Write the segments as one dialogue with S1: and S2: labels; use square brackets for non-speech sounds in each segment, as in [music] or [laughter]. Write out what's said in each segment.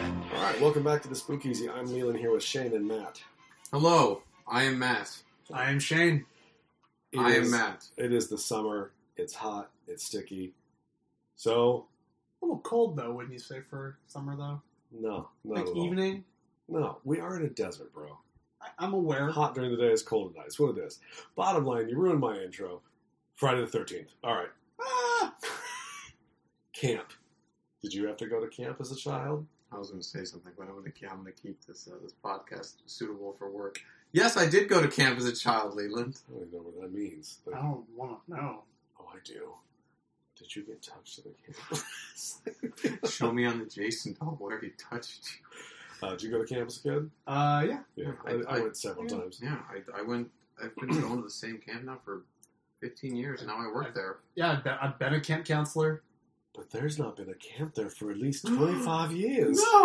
S1: All right, welcome back to the Spookeasy. I'm Leland here with Shane and Matt.
S2: Hello, I am Matt.
S3: I am Shane.
S1: It
S2: I
S1: is-
S2: am Matt.
S1: It is the summer. It's hot. It's sticky. So
S3: A little cold though, wouldn't you say, for summer though?
S1: no, not
S3: like
S1: at all.
S3: evening.
S1: No, we are in a desert, bro.
S3: I, I'm aware.
S1: Hot during the day, it's cold at night. It's what it is. Bottom line, you ruined my intro. Friday the Thirteenth. All right,
S3: Ah!
S1: camp. Did you have to go to camp as a child?
S2: I was going to say something, but I'm going to I'm going to keep this uh, this podcast suitable for work. Yes, I did go to camp as a child,
S3: [laughs]
S2: Leland.
S1: I don't even know what that means.
S3: I
S2: Uh-huh.
S3: don't want to know.
S1: oh, I do. Did you get touched at the camp?
S2: Show me on the Jason doll where he touched
S1: [laughs] uh, did you go to camp as a kid?
S3: Uh, yeah.
S1: Yeah, I,
S2: Yeah, I-
S1: I went several
S3: yeah.
S1: times.
S2: you. Yeah, I, I went. I've been going to the same camp now for 15 years. and Now I work there.
S3: Yeah, I've been, I've been a camp counselor.
S1: But there's not been a camp there for at [gasps] least 25 years.
S2: No.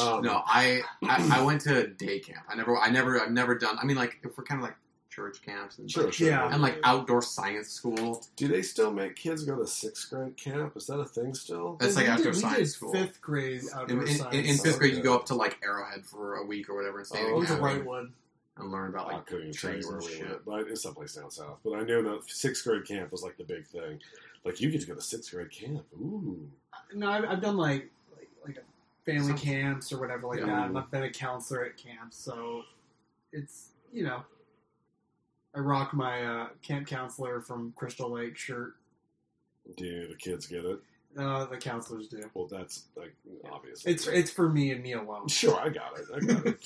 S1: Um,
S2: No, I, I I went to day camp. I never I never I've never done. I mean, like if we're kind of like church camps and
S1: Sure, sure.
S3: Yeah.
S2: and like outdoor science school.
S1: Do they still make kids go to sixth grade camp? Is that a thing still?
S2: That's
S3: We
S2: like
S3: did-
S2: outdoor
S3: we
S2: science
S3: did
S2: school.
S3: Fifth grade
S2: In,
S3: outdoor
S2: in,
S3: science.
S2: in- in
S1: science.
S2: fifth grade, you go up to like Arrowhead for a week or whatever and stay
S1: Oh,
S2: in
S3: it
S2: a
S3: was the
S2: cabin
S3: right one.
S2: and learn about
S1: I
S2: like
S1: couldn't even tell you
S2: trees
S1: where
S2: and
S1: we
S2: shit.
S1: went, but it's someplace down south. But I knew that sixth grade camp was like the big thing. Like you get to go to sixth grade camp. Ooh,
S3: No, I've, I've done like like, like a family
S2: Some-
S3: camps or whatever like
S2: Yeah.
S3: that. And I've been a counselor at camps, so it's you know, I rock my uh, camp counselor from Crystal Lake shirt.
S1: do the kids get it?
S3: Uh, the counselors do.
S1: Well, that's like obvious.
S3: It's it's for me and me alone.
S1: sure. I got it. I got [laughs] it.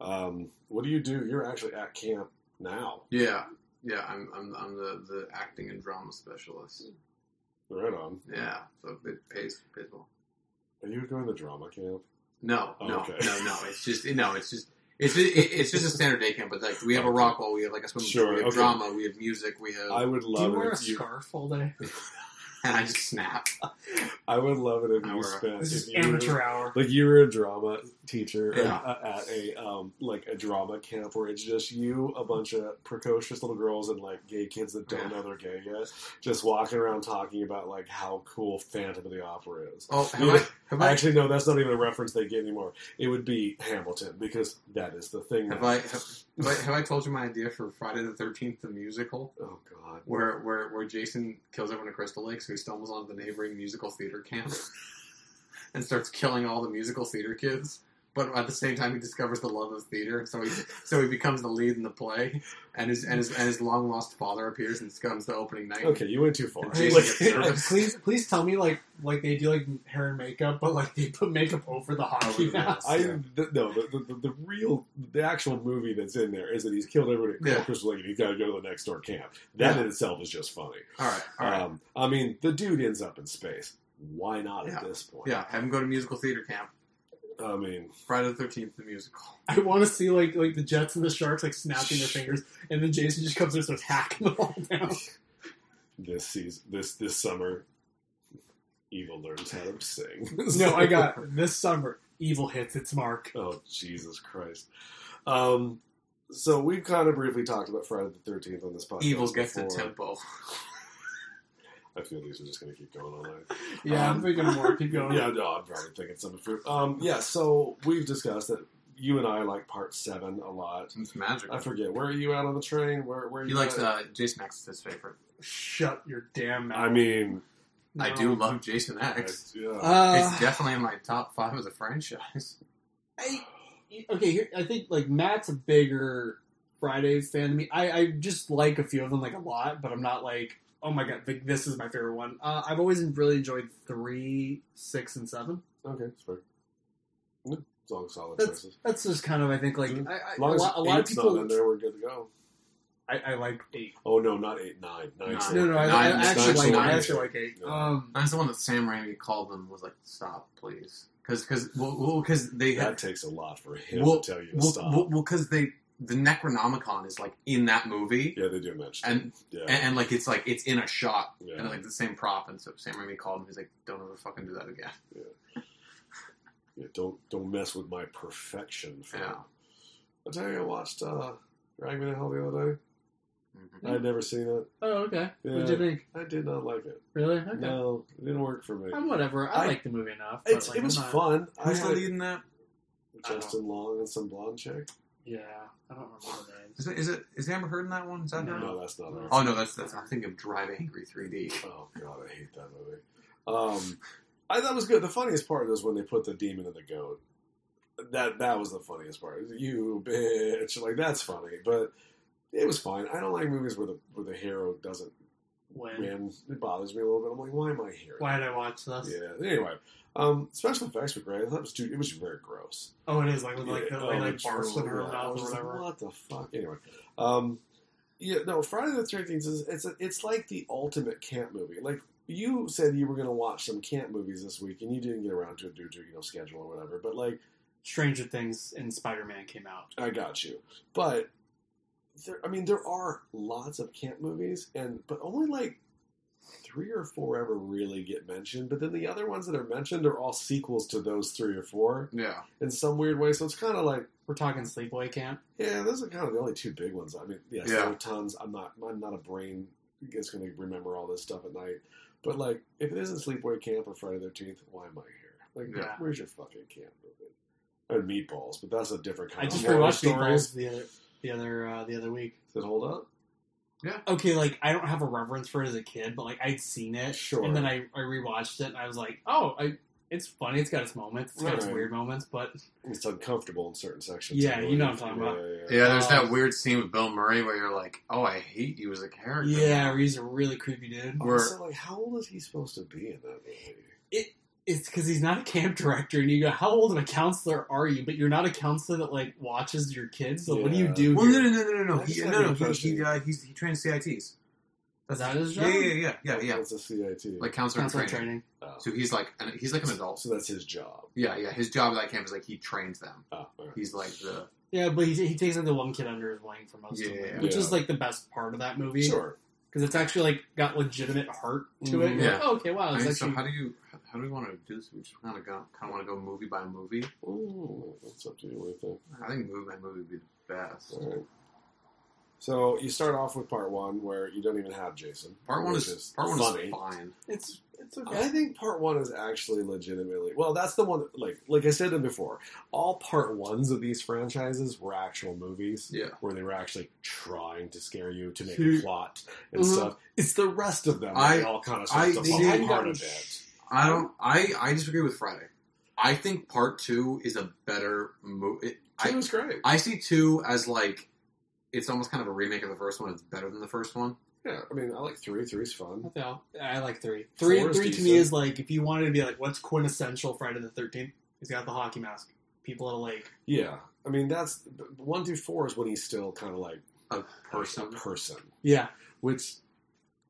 S1: um, what do you do? You're actually at camp now,
S2: Yeah, yeah. I'm I'm I'm the, the acting and drama specialist.
S1: Mm-hmm. right on.
S2: Yeah, so it pays pays well.
S1: Are you going to drama camp?
S2: No,
S1: Oh,
S2: no,
S1: okay.
S2: no, no. It's just no. It's just. It's just, it's just a standard day camp, but like we have a rock wall, we have like a swimming
S1: Sure,
S2: pool, we have
S1: okay.
S2: drama, we have music, we have,
S1: I would
S3: Do you
S1: love
S3: wear
S1: it
S3: a
S1: if you.
S3: scarf all day?
S2: and I just
S1: [laughs]
S2: snap.
S1: I would love it if
S2: I
S1: you
S2: wear a-
S1: spent.
S3: This
S1: if
S3: is
S1: you-
S3: amateur hour.
S1: Like you were a drama teacher at-
S2: Yeah.
S1: uh, at a um, like a drama camp where it's just you, a bunch of precocious little girls and like gay kids that don't know they're gay yet, just walking around talking about like how cool Phantom of the Opera is.
S2: Oh, have
S1: Yeah.
S2: I, have I,
S1: Actually, no, that's not even a reference they get anymore. It would be Hamilton because that is the thing.
S2: have
S1: now.
S2: I, have, have I, have I told you my idea for Friday the Thirteenth, the musical?
S1: oh God,
S2: where where where Jason kills everyone at Crystal Lake, so he stumbles onto the neighboring musical theater camp [laughs] and starts killing all the musical theater kids. But at the same time, he discovers the love of theater, so he so he becomes the lead in the play, and his and his, and his long lost father appears and comes the opening night.
S1: okay, you went too far. [laughs]
S2: Jason
S1: Like-
S2: gets nervous.
S3: please, please tell me like like they do like hair and makeup, but like they put makeup over the hockey
S2: Over the
S3: mask.
S1: I th- no the, the, the real the actual movie that's in there is that he's killed everybody at
S2: Yeah.
S1: Crystal Lake and he's got to go to the next door camp. That
S2: Yeah.
S1: in itself is just funny.
S2: All right, all right,
S1: Um, I mean, the dude ends up in space. Why not at this point?
S2: yeah. Have him go to musical theater camp.
S1: I mean,
S2: Friday the Thirteenth, the musical.
S3: [laughs] I want to see like like the Jets and the Sharks like snapping their fingers, and then Jason just comes in and starts hacking the ball [laughs] down.
S1: this season, this this summer, Evil learns how to sing. [laughs]
S3: no, I [laughs] got this summer. Evil hits its mark.
S1: Oh Jesus Christ! Um, so we've kind of briefly talked about Friday the Thirteenth on this podcast.
S2: Evil gets the
S1: before.
S2: tempo.
S1: I feel these are just going to keep going all night.
S3: Yeah,
S1: Um,
S3: I'm thinking [laughs] more. Keep going.
S1: Yeah, no, I'm probably thinking something fruit. Um, yeah, so we've discussed that you and I like part seven a lot.
S2: It's magic.
S1: I forget where are you at on the train? Where where are
S2: He
S1: you
S2: likes
S1: at?
S2: uh, Jason X is his favorite.
S3: Shut your damn mouth. Uh,
S1: I mean,
S2: I
S3: No.
S2: do love Jason
S1: I-
S2: X.
S1: yeah.
S2: It's
S3: Uh,
S2: definitely in my top five as a franchise.
S3: I, okay, here, I think like Matt's a bigger Fridays fan than me. I, I just like a few of them like a lot, but I'm not like oh my god, like, this is my favorite one. Uh, I've always really enjoyed three, six, and seven.
S1: okay, it's fair. Yeah, As long as solid
S3: That's-
S1: choices.
S3: That's just kind of I think like
S1: Mhm.
S3: I, I,
S1: As
S3: a
S1: long as
S3: lot, a lot of
S1: eight's not in
S3: people.
S1: there, we're good to go.
S3: I, I like eight.
S1: Oh no, not eight, nine, nine.
S2: Nine.
S3: No, no, I, I
S2: Nine-
S3: actually
S2: nine's
S3: like.
S2: the
S3: I
S2: one.
S3: actually like eight.
S1: Yeah.
S3: Um,
S2: That's the one that Sam Raimi called them was like, "Stop, please," because because well because they
S1: That
S2: had
S1: takes a lot for him
S2: Well-
S1: to tell you to
S2: well
S1: stop.
S2: well because they the Necronomicon is like in that movie,
S1: Yeah, they do mention.
S2: and,
S1: it. yeah,
S2: and and like it's like it's in a shot,
S1: yeah.
S2: and like the same prop. And so Sam Raimi called him. He's like, "Don't ever fucking do that again."
S1: yeah, don't don't mess with my perfection. Film.
S2: Yeah.
S1: I tell you, I watched uh, Ragman and Hell the other day.
S2: Mhm.
S1: I had never seen it.
S3: Oh, okay. What
S1: Yeah.
S3: do you think?
S1: I did not like it.
S3: Really? Okay.
S1: No, it didn't work for me.
S3: Um, whatever. I,
S1: I-
S3: like the movie enough. but,
S1: It's,
S3: like,
S1: it was
S3: I'm not-
S1: fun. I
S2: Who's
S1: had
S2: the lead in that?
S1: Justin Long and some blonde chick.
S3: Yeah, I don't remember the names.
S2: Is it is it is Amber Heard in that one? Is that
S3: No.
S2: her?
S1: No, that's not her.
S2: Oh no, that's that's. I'm thinking of Drive Angry 3D.
S1: Oh god, I hate that movie. Um, I thought it was good. The funniest part is when they put the demon in the goat. That that was the funniest part. You bitch, like that's funny, but it was fine. I don't like movies where the where the hero doesn't
S3: When?
S1: win. It bothers me a little bit. I'm like, why am I here?
S3: Why did I watch this?
S1: Yeah. Anyway, um, special effects were great. I thought it was too. It was very gross.
S3: Oh, it is like with like
S1: Yeah,
S3: the like,
S1: oh,
S3: like
S1: it's
S3: barfs in her
S1: really- I
S3: mouth
S1: was
S3: or
S1: just like,
S3: whatever.
S1: What the fuck? Anyway, um, yeah, no. Friday the Thirteenth is it's a, it's like the ultimate camp movie. Like you said, you were going to watch some camp movies this week, and you didn't get around to it due to you know schedule or whatever. But like,
S3: Stranger Things and Spider Man came out.
S1: I got you. But there, I mean, there are lots of camp movies, and but only like three or four ever really get mentioned. But then the other ones that are mentioned are all sequels to those three or four
S2: Yeah,
S1: in some weird way. So it's kind of like.
S3: We're talking Sleepaway Camp.
S1: Yeah, those are kind of the only two big ones. I mean, yes,
S2: Yeah.
S1: there are tons. I'm not, I'm not a brain that's going to remember all this stuff at night. But like, if it isn't Sleepaway Camp or Friday the Thirteenth, why am I here? Like,
S2: Yeah.
S1: where's your fucking camp movie? And Meatballs, but that's a different kind.
S3: I
S1: of
S3: just
S1: horror
S3: rewatched
S1: story.
S3: Meatballs the other the other uh, the other week.
S1: Does it hold up?
S3: Okay, like I don't have a reverence for it as a kid, but like I'd seen it,
S1: Sure.
S3: and then I, I rewatched it, and I was like, oh, I, it's funny. It's got its moments. It's got its
S1: Right.
S3: weird moments, but
S1: It's uncomfortable in certain sections.
S3: Yeah,
S1: anyway.
S3: you know what I'm talking
S1: Yeah,
S3: about.
S1: Yeah,
S2: yeah. There's that
S3: Um,
S2: weird scene with Bill Murray where you're like, "Oh, I hate you as a character."
S3: yeah, he's a really creepy dude.
S1: yeah.
S2: We're-
S1: Also, like, how old is he supposed to be in that movie?
S3: It's because he's not a camp director, and you go, how old of a counselor are you? But you're not a counselor that like watches your kids. So what do you
S1: Yeah.
S3: do?
S2: Well, no,
S3: here?
S2: no, no, no, no.
S1: I
S2: He,
S1: just
S2: no,
S1: had the
S2: no. He,
S1: impression-
S2: he, uh, he's, he trains CITs.
S3: Is that his
S2: Yeah,
S3: job?
S2: yeah, yeah, yeah, yeah.
S1: That's a CIT.
S2: Like counselor, in
S3: Counselor
S2: training.
S3: training.
S1: Oh.
S2: So he's like, an, he's like an adult.
S1: So that's his job.
S2: Yeah, yeah. His job at that camp is like he trains them.
S1: Oh, all right.
S2: He's like the
S3: Yeah, but he, he takes like the one kid under his wing for most of
S2: Yeah.
S3: it, which is
S1: Yeah.
S3: like the best part of that movie.
S1: Sure.
S3: because it's actually like got legitimate heart to it.
S1: Mhm.
S3: You're
S2: Yeah.
S3: like, oh, okay, wow,
S2: Mm-hmm. I
S3: it's
S2: mean, so
S3: actually
S2: how do you how- how do we want to do this? We just kind of go kind of want to go movie by movie.
S1: Ooh, that's up to you. What do you think?
S2: I think movie by movie would be the best.
S1: Alright. So you start off with part one where you don't even have Jason.
S2: Part one
S1: which
S2: is, part one
S1: funny.
S2: is fine.
S3: it's
S2: Oh.
S3: it's okay.
S1: I think part one is actually legitimately well. That's the one. That, like like I said them before, all part ones of these franchises were actual movies
S2: Yeah,
S1: where they were actually trying to scare you to make
S3: Hmm.
S1: a plot and
S3: Mhm.
S1: stuff. It's the rest of them that
S2: Mm-hmm. I-
S1: they all kind of
S2: I-
S1: start to
S2: they
S1: fall
S2: hadn't
S1: apart a
S3: gotten
S1: bit.
S2: I don't. I I disagree with Friday. I think part two is a better movie.
S1: Two
S2: I
S1: was great.
S2: I see two as like it's almost kind of a remake of the first one. It's better than the first one.
S1: yeah, I mean, I like three. Three's fun.
S3: Not that I'll- I like three. Three,
S1: Four is
S3: three to
S1: decent.
S3: me is like if you wanted to be like, what's quintessential Friday the Thirteenth? He's got the hockey mask. People at a lake.
S1: Yeah, I mean, that's one through four is when he's still kind of like
S2: A
S1: a
S2: person.
S1: person.
S3: Yeah,
S1: which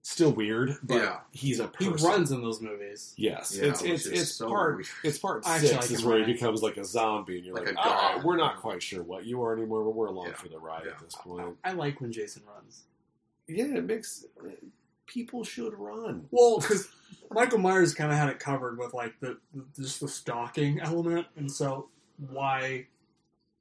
S1: still weird, but
S2: Yeah.
S1: he's a
S3: he
S1: person.
S3: runs in those movies.
S1: Yes,
S2: Yeah,
S1: it's
S2: which
S1: it's,
S2: is
S1: it's
S2: so
S1: part
S2: weird.
S1: it's part
S3: Actually, I
S1: six
S3: can
S1: is where he
S3: run.
S1: becomes like a zombie, and you're
S2: Like
S1: like,
S2: a
S1: all right,
S2: dog.
S1: we're not quite sure what you are anymore, but we're along
S2: Yeah.
S1: for the ride
S2: Yeah.
S1: at this point.
S3: I like when Jason runs.
S1: Yeah, it makes people should run.
S3: Well, because Michael Myers kind of had it covered with like the, the just the stalking element, and so why,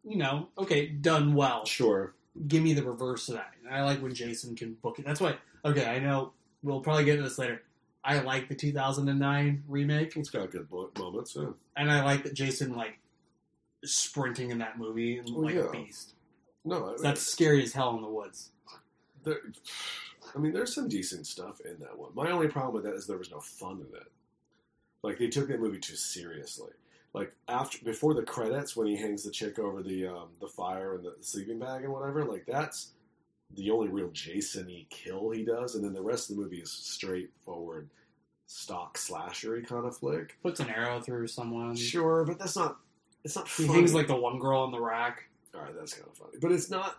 S3: you know, okay, done well.
S1: Sure,
S3: give me the reverse of that. And I like when Jason can book it. That's why. Okay, I know we'll probably get into this later. I like the 2009 remake,
S1: it's got good bo- moments. Yeah.
S3: and I like that Jason like is sprinting in that movie and
S1: Oh,
S3: like
S1: yeah.
S3: a beast.
S1: No, I-
S3: That's scary as hell in the woods.
S1: there, I mean, there's some decent stuff in that one. My only problem with that is there was no fun in it. Like they took that movie too seriously. Like after before the credits, when he hangs the chick over the um, the fire and the sleeping bag and whatever, like that's the only real Jason-y kill he does, and then the rest of the movie is straightforward stock slashery kind of flick.
S3: Puts an arrow through someone.
S1: Sure, but that's not it's not.
S3: Um, He
S1: funny.
S3: hangs like the one girl on the rack.
S1: All right, that's kind of funny, but it's not.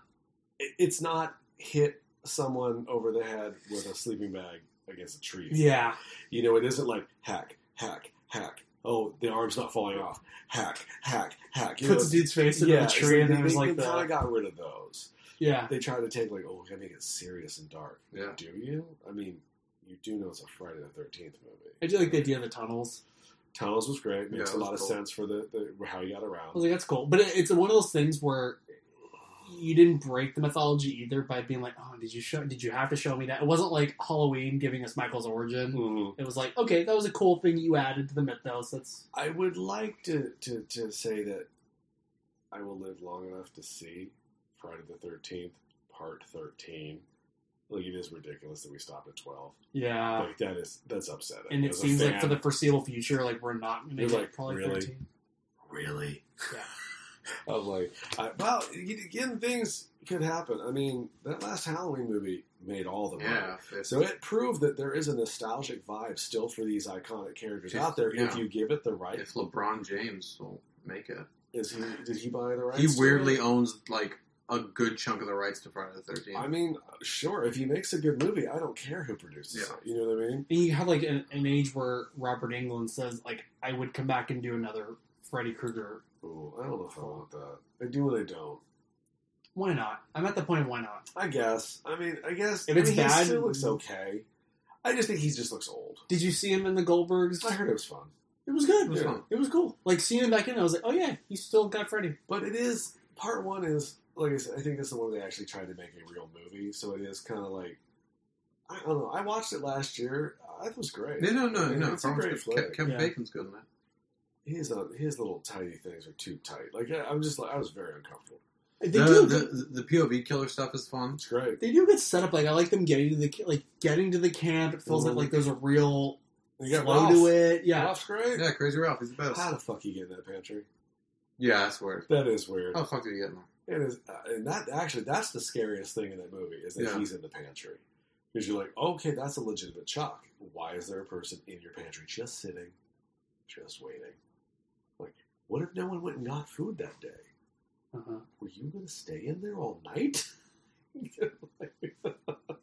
S1: it- It's not hit someone over the head with a sleeping bag against a tree.
S3: Yeah,
S1: You know, it isn't like hack, hack, hack. oh, the arm's not falling off. Hack, hack, hack. You know,
S3: Puts a dude's face into
S1: yeah,
S3: a tree, and
S1: and
S3: then there's
S1: they,
S3: like
S1: they kind of
S3: the
S1: got rid of those.
S3: yeah.
S1: They tried to take like, oh, we're gonna make it serious and dark.
S2: Yeah.
S1: Do you? I mean, you do know it's a Friday the Thirteenth movie.
S3: I do like the idea of the tunnels.
S1: Tunnels was great.
S2: Yeah,
S1: Makes
S2: it
S1: a
S2: was
S1: lot of
S2: cool.
S1: sense for the, the how he got
S3: I
S1: around.
S3: was like, that's cool, but it, it's one of those things where you didn't break the mythology either by being like, oh, did you show? Did you have to show me that? It wasn't like Halloween giving us Michael's origin.
S2: Mm-hmm.
S1: Mhm.
S3: It was like, okay, that was a cool thing you added to the mythos. That's
S1: I would like to, to, to say that I will live long enough to see Friday the Thirteenth Part Thirteen. Like it is ridiculous that we stopped at twelve.
S3: yeah.
S1: like that is that's upsetting.
S3: and it
S1: As a
S3: seems like
S1: fan,
S3: for the foreseeable future, like we're not going to
S1: You're
S3: make
S1: like,
S3: it probably
S1: really?
S3: 13.
S1: really.
S3: Yeah.
S1: I'm like, I, well, you- again, things could happen. I mean, that last Halloween movie made all the money.
S2: Yeah. it's-
S1: So it proved that there is a nostalgic vibe still for these iconic characters
S2: If-
S1: out there if
S2: yeah.
S1: you give it the right.
S2: if LeBron James will make it,
S1: Is he? Did he buy the rights?
S2: he
S1: to it?
S2: weirdly owns like a good chunk of the rights to Friday the Thirteenth.
S1: I mean, sure. If he makes a good movie, I don't care who produces
S2: Yeah.
S1: it. You know what I mean?
S3: And you have like an, an age where Robert Englund says, like, I would come back and do another Freddy Krueger.
S1: Ooh, I don't know if I want that. I do and I don't.
S3: Why not? I'm at the point of why not.
S1: I guess. I mean, I guess.
S3: If
S1: I
S3: it's
S1: mean, he
S3: bad-
S1: still looks mm-hmm. okay. I just think he just looks old.
S3: Did you see him in the Goldbergs?
S1: I heard it was fun,
S3: It was good.
S2: It was fun.
S3: It was cool. Like seeing him back in, I was like, oh yeah, he's still got Freddy.
S1: but it is part one is like I, said, I think this is the one they actually tried to make a real movie, so it is kind of like I don't know. I watched it last year. I it was great.
S2: no, no, no,
S1: Yeah,
S2: no.
S1: it's a
S2: Farmer's
S1: great
S2: good.
S1: flick.
S2: Ke- Kevin
S3: Yeah.
S2: Bacon's good in that.
S1: His uh, his little tiny things are too tight. Like I, I'm just like I was very uncomfortable.
S3: They
S2: the,
S3: do.
S2: the, the POV killer stuff is fun.
S1: It's great.
S3: they do good setup. Like I like them getting to the ca- like getting to the camp. It feels
S1: Mhm.
S3: like like there's a real
S1: You got
S3: flow
S1: Ralph.
S3: to it. Yeah.
S1: Ralph's great.
S2: Yeah, Crazy Ralph, he's the best.
S1: How the fuck you get in that pantry?
S2: Yeah, that's weird.
S1: That is weird.
S2: How the fuck did he get in there?
S1: It is, uh, and that actually that's the scariest thing in that movie is that
S2: Yeah.
S1: he's in the pantry because you're like, okay, that's a legitimate shock. Why is there a person in your pantry just sitting, just waiting? Like, what if no one went and got food that day?
S3: Uh-huh.
S1: Were you going to stay in there all night? [laughs]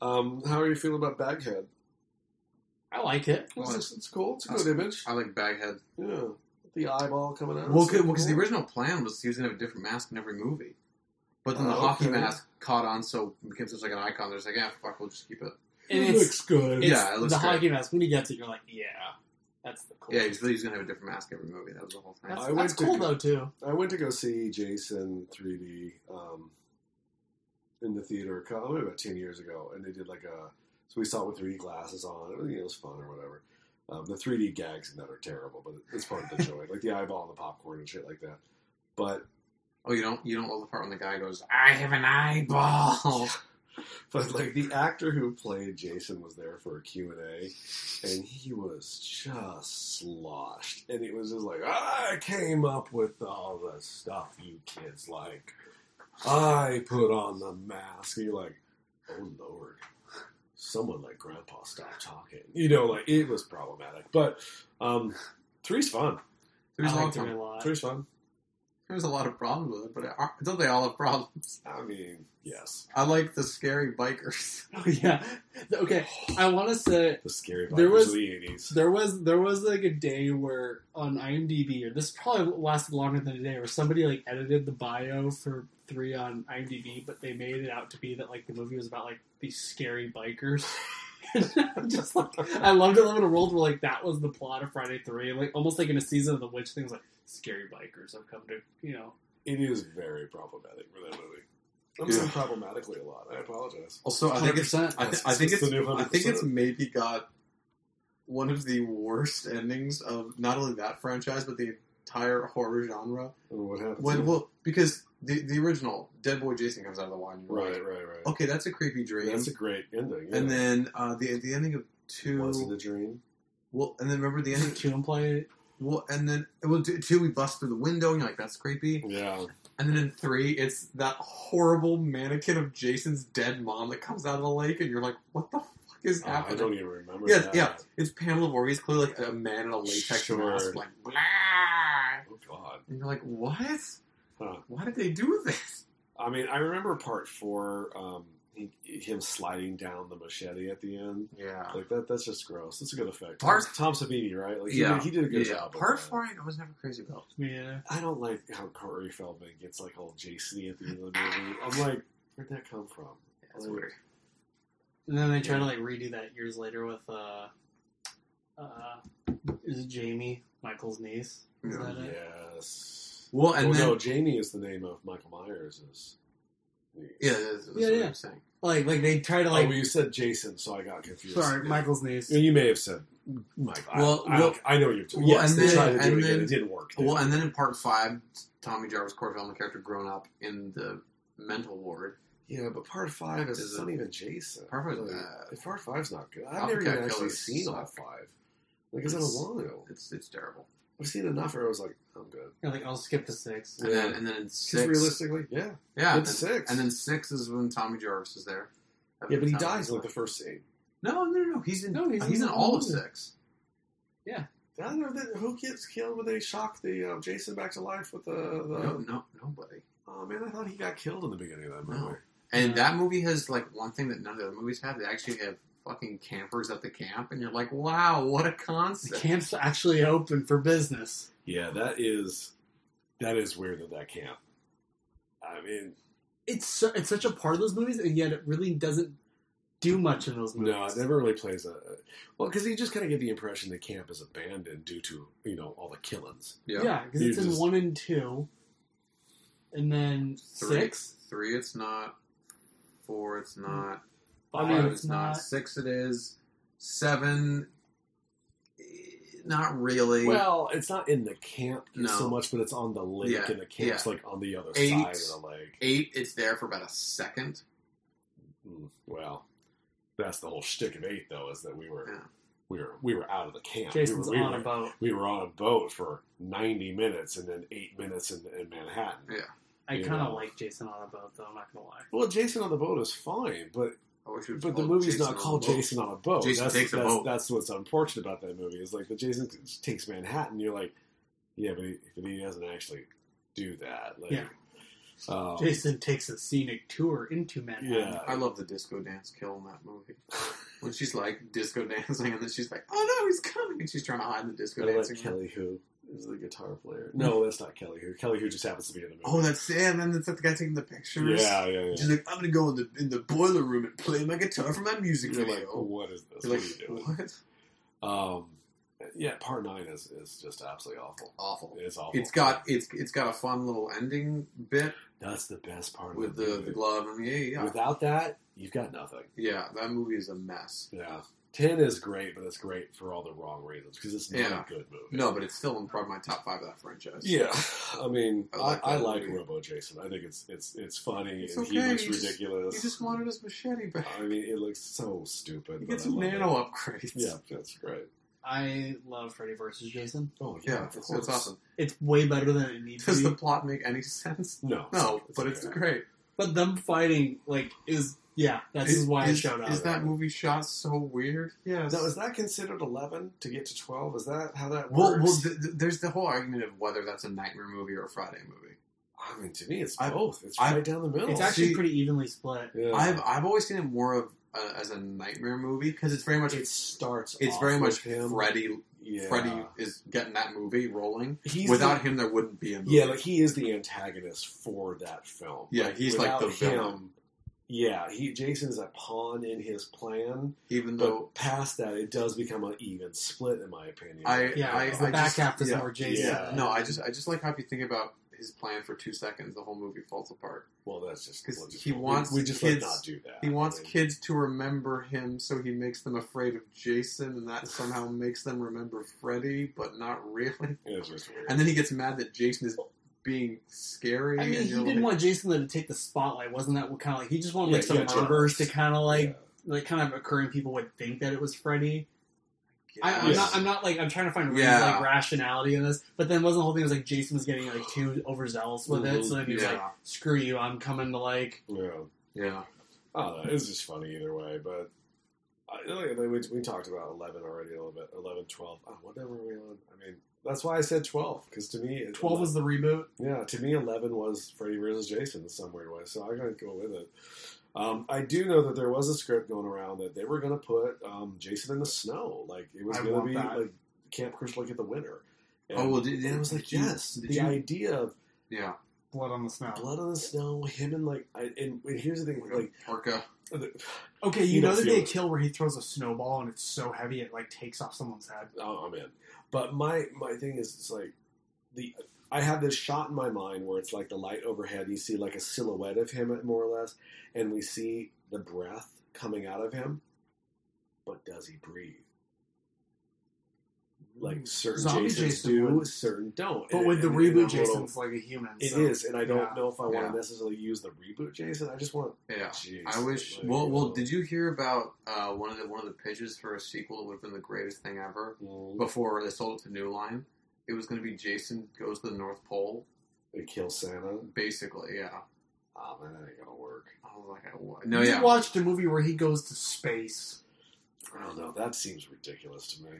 S1: um, how are you feeling about Baghead?
S3: I like it.
S2: Well,
S1: It's, it's cool. It's a
S2: that's-
S1: good image.
S2: I like Baghead.
S1: Yeah, the eyeball coming out.
S2: Well,
S1: It's
S2: because the
S1: cool.
S2: original plan was he was gonna have a different mask in every movie, but then the
S1: Oh,
S2: hockey
S1: okay.
S2: mask caught on, so it became such like an icon. They're just like, yeah, fuck, we'll just keep it.
S3: And
S1: it
S3: it's-
S1: looks good.
S3: It's
S2: Yeah, it looks
S3: the
S2: great.
S3: hockey mask. When he gets it, you're like, yeah, that's the cool.
S2: Yeah, he's really gonna have a different mask every movie. That was the whole thing.
S3: that's,
S1: I went
S3: that's
S1: to
S3: cool
S1: do-
S3: though too.
S1: I went to go see Jason 3D um, in the theater co- probably about 10 years ago, and they did like a. So we saw it with 3D glasses on. It was, you know, it was fun or whatever. Um, the 3D gags and that are terrible, but it's part of the joy. like the eyeball and the popcorn and shit like that. But
S2: Oh, you don't you don't love the part when the guy goes, "I have an
S3: [laughs]
S2: eyeball."
S1: but like the actor who played Jason was there for a Q&A, and he was just sloshed. And it was just like, I came up with all the stuff you kids like. I put on the mask. And you're like, oh lord, someone like Grandpa stop talking. You know, like it was problematic. But um, three's fun.
S2: There's
S3: I
S2: a lot
S3: liked
S2: of
S3: it a lot.
S1: Three's fun.
S2: there's a lot of problems with it, but it, don't they all have problems?
S1: I mean, yes,
S2: I like the scary bikers.
S3: [laughs] Oh yeah. Okay, I want to say
S1: the scary
S3: There
S1: vibes
S3: was-
S1: of the '80s.
S3: there was there was like a day where on IMDb, or this probably lasted longer than a day, where somebody like edited the bio for three on IMDb, but they made it out to be that like the movie was about like these scary bikers. [laughs] just like I loved it, living in a world where like that was the plot of Friday Three, like almost like in a season of the witch things, like scary bikers have come to you know
S1: It is very problematic for that movie. I'm saying
S2: Yeah.
S1: problematically a lot. I apologize.
S2: Also, I think it's
S3: 100%.
S2: Oh, I, th- I think
S1: It's
S2: it's
S1: the new
S2: I think it's
S1: 100%.
S2: maybe got one of the worst endings of not only that franchise but the entire horror genre.
S1: Oh, What happens?
S2: When well because the the original Dead Boy Jason comes out of the wine, you're
S1: right,
S2: like,
S1: right, right.
S2: okay, that's a creepy dream.
S1: That's a great ending.
S2: Oh, And
S1: yeah.
S2: then uh, the the ending of
S1: was it
S2: two.
S1: a dream?
S2: Well, and then remember the ending.
S3: to imply it.
S2: Well, and then well, t- two we bust through the window, and you're like, that's creepy.
S1: Yeah.
S2: And then in three, it's that horrible mannequin of Jason's dead mom that comes out of the lake, and you're like, what the fuck is
S1: Oh, I
S2: happening?
S1: don't even remember.
S2: Yeah,
S1: that.
S2: yeah. It's Pamela Voorhees, clearly like a man in a latex
S1: Sure.
S2: mask, like blah.
S1: Oh God.
S2: And you're like, what?
S1: Huh.
S2: Why did they do this?
S1: I mean, I remember part four. Um, he, him sliding down the machete at the end.
S2: Yeah.
S1: Like that, that's just gross. That's a good effect.
S2: Part-
S1: Tom, Tom Savini, right? Like he,
S2: Yeah.
S1: did, he did a good
S2: yeah.
S1: job. with
S2: Part
S1: that.
S2: four, I was never crazy about.
S3: Yeah.
S1: I don't like how Corey Feldman gets like all Jasony at the end of the movie. I'm like, where'd that come from?
S2: Yeah, it's
S1: Like,
S2: weird.
S3: And then they try to like redo that years later with uh, uh, is it Jamie Michael's niece? Is
S2: Yeah.
S3: that it?
S1: Yes.
S2: Well, and
S1: well,
S2: then
S1: Oh, no, Jamie is the name of Michael Myers. Is
S2: yeah, that's, that's
S3: Yeah,
S2: what
S3: yeah.
S2: I'm saying.
S3: Like, like they try to
S1: oh,
S3: like.
S1: well, you said Jason, so I got confused.
S3: sorry,
S1: Yeah.
S3: Michael's niece.
S1: You may have said Michael.
S2: Well,
S1: I, I,
S2: well-
S1: I know you're.
S2: well,
S1: yes,
S2: and
S1: they
S2: then-
S1: tried to do
S2: and
S1: it again.
S2: then-
S1: It didn't work. did
S2: Well,
S1: it?
S2: and then in part five, Tommy Jarvis, Corey Feldman character, grown up in the mental ward.
S1: yeah, but part five is,
S2: Is
S1: it's
S2: it-
S1: not even Jason.
S2: Part five is
S1: Like,
S2: bad.
S1: Part five's not good. I've
S2: Alpha
S1: never
S2: Cat
S1: even actually
S2: Killers
S1: seen
S2: suck.
S1: all five. Like, is it a
S2: It's-
S1: long ago?
S2: It's it's terrible.
S1: I've seen enough where I was like, I'm good.
S3: You're like, I'll skip to six.
S2: And
S1: Yeah.
S2: then and then in
S1: Because
S2: six,
S1: realistically, yeah,
S2: yeah, and
S1: it's
S2: then,
S1: six.
S2: and then six is when Tommy Jarvis is there.
S1: yeah, but he
S2: Tommy
S1: dies
S2: is
S1: in like the first scene.
S2: No, no, no. He's in.
S3: No,
S2: No,
S3: he's
S2: he's,
S3: in
S2: in
S3: the
S2: all of
S3: movie.
S2: six.
S1: I don't know that, who gets killed when they shock the um, Jason back to life with the. the
S2: No, no, nobody.
S1: Oh man, I thought he got killed in the beginning of that movie.
S2: No. And
S3: Yeah.
S2: that movie has like one thing that none of the other movies have. They actually have fucking campers at the camp, and you're like, wow, what a
S3: The
S2: concept.
S3: camp's actually open for business.
S1: Yeah, that is that is weird that that camp. I mean,
S3: It's so, it's such a part of those movies, and yet it really doesn't do much in those movies.
S1: no, it never really plays a well because you just kind of get the impression the camp is abandoned due to you know all the killings.
S3: yeah, because
S1: You
S3: it's in
S1: just-
S3: one and two, and then
S2: Three,
S3: six.
S2: Three, it's not. Four, it's
S1: Mm.
S2: not.
S3: I
S2: Five,
S3: mean,
S2: it's, not. Six, it is. Seven, eh, not really.
S1: Well, it's not in the camp
S2: No.
S1: so much, but it's on the lake,
S2: Yeah,
S1: and the camp's like on the other
S2: Eight.
S1: side of the lake.
S2: Eight, it's there for about a second.
S1: Mm, Well, that's the whole shtick of eight, though, is that we were
S2: Yeah.
S1: we were we were out of the camp.
S3: Jason's
S1: we were, we
S3: on
S1: were,
S3: a boat.
S1: we were on a boat for ninety minutes, and then eight minutes in, in Manhattan.
S2: Yeah.
S3: I
S1: Yeah.
S3: kind of like Jason on a boat, though. I'm not gonna lie.
S1: Well, Jason on the boat is fine, but
S2: I wish it was
S1: but the
S2: called
S1: movie's
S2: Oh, Jason
S1: not
S2: on
S1: called
S2: the Boat.
S1: Jason on a boat.
S2: Jason
S1: that's,
S2: takes a
S1: that's,
S2: boat.
S1: That's what's unfortunate about that movie is like the Jason takes Manhattan. You're like, yeah, but he, but he doesn't actually do that. Like,
S3: Yeah.
S1: um,
S3: Jason takes a scenic tour into Manhattan.
S1: Yeah.
S2: I love the disco dance kill in
S1: [laughs]
S2: that movie. When she's like disco dancing and then she's like, oh no, he's coming. And she's trying to hide the disco
S1: What about
S2: dancing.
S1: Kelly Who is the guitar player?
S3: Mm-hmm.
S1: No, that's not Kelly Who. Kelly Who just happens to be in the movie.
S2: Oh, that's it. And then it's the guy taking the pictures.
S1: yeah, yeah, yeah.
S2: She's like, I'm gonna go in the in the boiler room and play my guitar for my music
S1: You're like,
S2: video.
S1: what is this?
S2: You're
S1: What
S2: like,
S1: are you doing?
S2: what?
S1: Um, yeah, part nine is, is just absolutely awful.
S2: Awful.
S1: It's awful.
S2: It's got it's it's got a fun little ending bit
S1: that's the best part
S2: with
S1: of
S2: the,
S1: movie.
S2: the glove and yeah yeah
S1: Without that, you've got nothing.
S2: yeah that movie is a mess.
S1: Yeah, ten is great, but it's great for all the wrong reasons because it's not
S2: Yeah.
S1: a good movie.
S2: No, but it's still in probably my top five of that franchise.
S1: Yeah, [laughs] I mean,
S2: I
S1: I
S2: like
S1: like,
S2: that
S1: I, like
S2: movie.
S1: Robo Jason. I think it's it's it's funny
S2: It's
S1: and
S2: okay,
S1: he looks
S2: you just-
S1: ridiculous.
S2: he just wanted his machete back.
S1: I mean, it looks so stupid.
S2: He
S1: but
S2: gets
S1: I
S2: some
S1: love it.
S2: nano upgrades.
S1: Yeah, that's great.
S3: I love Freddy versus Jason.
S1: Oh
S2: Yeah, it's, it's awesome.
S3: It's way better than it needs
S2: Does
S3: to
S2: the
S3: be.
S2: plot make any sense?
S1: No,
S2: No, but it's
S1: okay.
S2: great.
S3: But them fighting, like, is yeah, that's
S2: Is-
S3: why
S2: is,
S3: I showed up.
S2: Is that movie shot so weird? Yes.
S1: Now, is that considered eleven to get to twelve? Is that how that works?
S2: well, well th- th- there's the whole argument of whether that's a nightmare movie or a Friday movie.
S1: I mean, to me, it's
S2: I-
S1: both. It's
S2: I-
S1: right down the middle.
S3: it's actually
S2: See-
S3: pretty evenly split.
S1: yeah.
S2: I've I've always seen it more of uh, as a nightmare movie because it's very much
S1: it starts.
S2: it's
S1: off
S2: very much
S1: with him.
S2: Freddy.
S1: Yeah.
S2: Freddy is getting that movie rolling.
S1: He's
S2: Without
S1: the-
S2: him, there wouldn't be a movie.
S1: yeah, like he is the antagonist for that film.
S2: Yeah, he's
S1: without
S2: like the villain.
S1: Yeah, he Jason's a pawn in his plan,
S2: even
S1: but
S2: though
S1: past that, it does become an even split, in my opinion.
S2: I
S3: Yeah,
S2: I,
S3: it's the
S2: I
S3: back
S2: just,
S3: half is
S2: yeah,
S3: more Jason.
S1: yeah.
S2: No, I just I just like how if you think about his plan for two seconds, the whole movie falls apart.
S1: well, that's just
S2: 'Cause
S1: we'll just-
S2: he
S1: we-
S2: wants
S1: we just
S2: kids-
S1: let not do that.
S2: He wants
S1: I mean,
S2: kids to remember him, so he makes them afraid of Jason, and that somehow makes them remember Freddy, but not [laughs] really.
S1: It was just weird.
S2: And then he gets mad that Jason is being scary.
S3: I mean,
S2: and
S3: he
S2: you're
S3: didn't
S2: like,
S3: want Jason to take the spotlight, wasn't that what kind of like he just wanted
S1: Yeah,
S3: like some
S1: yeah,
S3: murderers to
S1: Jason.
S3: kind of like
S1: Yeah.
S3: like kind of occurring people would think that it was Freddy. I, I'm
S1: Yes.
S3: not. I'm not like. I'm trying to find
S2: Yeah.
S3: like rationality in this. But then wasn't the whole thing was like Jason was getting like too overzealous with it, so then he was
S2: yeah,
S3: like, "Screw you! I'm coming to like."
S1: yeah.
S2: yeah.
S1: I don't know. It's just funny either way, but I, like, we, we talked about 11 already a little bit. 11, 12. Oh, what number were we on? I mean, that's why I said 12, because to me, it-
S3: Twelve was the reboot.
S1: yeah, to me, 11 was Freddy versus Jason in some weird way, so I gotta go with it. Um, I do know that there was a script going around that they were going to put um, Jason in the snow. Like it was
S3: I
S1: going to
S3: want
S1: be
S3: that.
S1: like Camp Crystal like at the winter. And,
S2: Oh, well, did-
S1: and I was like,
S2: did you-
S1: yes,
S2: did
S1: the
S2: you-
S1: idea of
S2: Yeah.
S3: Blood on the snow.
S1: blood on the snow, him and like, I, and, and here's the thing, like,
S2: Parka.
S3: Okay, you,
S1: You
S3: know
S1: don't
S3: that
S1: feel
S3: they
S1: it.
S3: kill where he throws a snowball and it's so heavy it like takes off someone's head.
S1: oh man. But my my thing is, it's like the I have this shot in my mind where it's like the light overhead. You see like a silhouette of him, more or less, and we see the breath coming out of him. But does he breathe? Like certain
S3: Mm. Zombie
S1: Jasons
S3: Jason
S1: do,
S3: would.
S1: certain don't.
S3: But
S1: And-
S3: with the
S1: and- and I'm
S3: reboot,
S1: a little-
S3: Jason's like a human.
S1: it is,
S3: so-
S1: and I don't
S3: yeah.
S1: know if I want
S2: Yeah.
S1: to necessarily use the reboot Jason. I just want.
S2: Yeah.
S1: Jeez,
S2: I wish.
S1: like, uh,
S2: Well,
S1: you
S2: well,
S1: know.
S2: did you hear about uh, one of the one of the pitches for a sequel that would have been the greatest thing ever?
S1: Mm,
S2: Before they sold it to New Line, it was going to be Jason goes to the North Pole.
S1: it kill Santa.
S2: Basically, yeah.
S1: Oh man, that ain't gonna work.
S2: I was like, I, what? no,
S3: You
S2: yeah.
S3: watched a movie where he goes to space.
S1: I don't know. That seems ridiculous to me.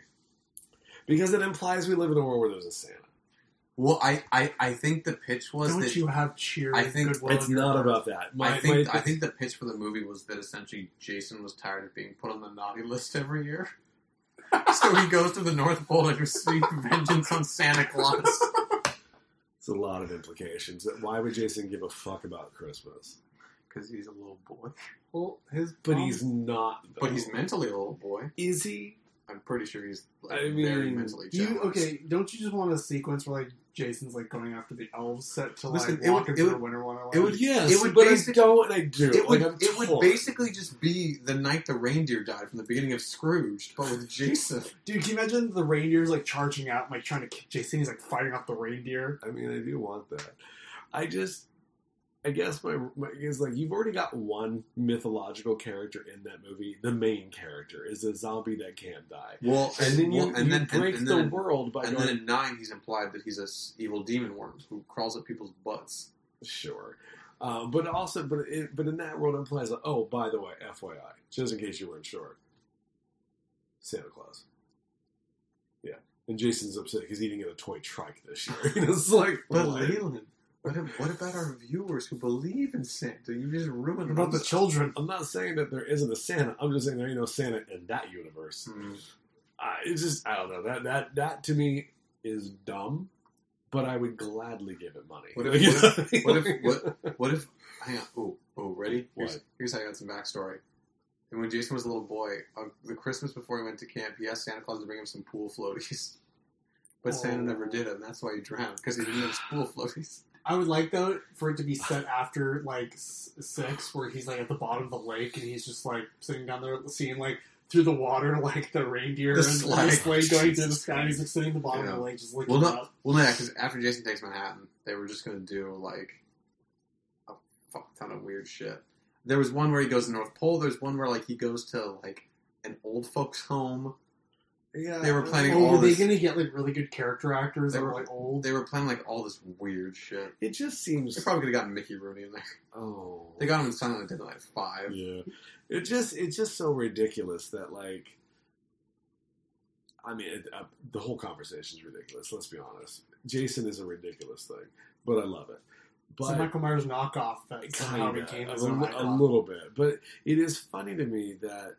S1: Because it implies we live in a world where there's a Santa.
S2: Well, I, I, I think the pitch was
S3: don't
S2: that
S3: you have cheer?
S2: I
S3: and
S2: think
S3: goodwill
S1: it's
S3: in your
S1: not
S3: heart?
S1: about that. My,
S2: I think
S1: my-
S2: I think the pitch for the movie was that essentially Jason was tired of being put on the naughty list every year, [laughs] so he goes to the North Pole to seek vengeance on Santa Claus. [laughs]
S1: it's a lot of implications. Why would Jason give a fuck about Christmas?
S2: Because he's a little boy.
S3: Well, his
S1: But
S3: mom-
S1: he's not. Though.
S2: But he's mentally a little boy.
S1: Is he?
S2: I'm pretty sure he's like,
S1: I
S2: very
S1: mean,
S2: mentally
S3: Do you
S2: challenged.
S3: okay? Don't you just want a sequence where like Jason's like going after the elves set to
S2: Listen,
S3: like
S2: it
S3: walk
S2: would-
S3: into
S2: it
S3: the
S2: would-
S3: winter wonderland?
S2: it would-
S1: Yes,
S2: it would
S1: but I
S2: basic-
S1: don't. And I do.
S2: It would
S1: Like, I'm
S2: it would
S1: torn.
S2: basically just be the night the reindeer died from the beginning of Scrooged, but with Jason. [laughs]
S3: dude. Can you imagine the reindeers like charging out, and, like trying to kick Jason? He's like fighting off the reindeer.
S1: I mean, I do want that. I just, I guess my, my is like you've already got one mythological character in that movie. The main character is a zombie that can't die,
S2: well,
S1: and then you,
S2: and
S1: you
S2: then
S1: break
S2: and, and
S1: the
S2: then,
S1: world by
S2: and
S1: going
S2: then in nine he's implied that he's a s- evil demon worm who crawls up people's butts.
S1: sure. Um, but also, but it, but in that world it implies like, oh, by the way, FYI, just in case you weren't sure, Santa Claus. Yeah, and Jason's upset because he didn't get a toy trike this year. [laughs] it's like,
S2: But
S1: what?
S2: Leland, what, ab- what about our viewers who believe in Santa? You just
S3: What
S2: ruined
S3: about the
S2: those-
S3: children?
S1: I'm not saying that there isn't a Santa. I'm just saying there ain't no Santa in that universe.
S2: Hmm.
S1: I, it's just I don't know that that that to me is dumb, but I would gladly give it money.
S2: What if-
S1: Like, you
S2: what
S1: know
S2: if-
S1: what I mean?
S2: What if? Hang on. Oh, oh, ready? Here's,
S1: What?
S2: here's how I got some backstory. And when Jason was a little boy, uh, the Christmas before he went to camp, he asked Santa Claus to bring him some pool floaties. [laughs] But Santa
S3: Oh.
S2: never did it, and that's why he drowned because he didn't have his pool floaties.
S3: I would like though for it to be set after like s- six, where he's like at the bottom of the lake and he's just like sitting down there, seeing like through the water [laughs] like the reindeer
S2: The
S3: and
S2: slide.
S3: the sled going through the sky. and He's like sitting at the bottom of
S2: Yeah.
S3: the lake, just looking
S2: Well,
S3: up.
S2: no, well, yeah, because after Jason takes Manhattan, they were just gonna do like a fuck ton of weird shit. There was one where he goes to North Pole. There's one where like he goes to like an old folks' home.
S1: yeah,
S2: They were planning
S3: Oh,
S2: all
S3: were
S2: this-
S3: they gonna get like really good character actors
S2: They
S3: that
S2: were-
S3: were like old?
S2: They were planning like all this weird shit.
S1: [laughs] It just
S2: They
S1: seems
S2: probably could have gotten Mickey Rooney in there.
S1: oh
S2: They got him in Silent Dead like five.
S1: yeah. It just it's just so ridiculous that like. I mean, it, uh, the whole conversation is ridiculous. Let's be honest. Jason is a ridiculous thing, but I love it.
S3: It's
S1: But
S3: a Michael Myers knockoff that somehow
S1: Kinda,
S3: became
S1: a,
S3: his own
S1: li- a
S3: icon.
S1: little bit, but it is funny to me that,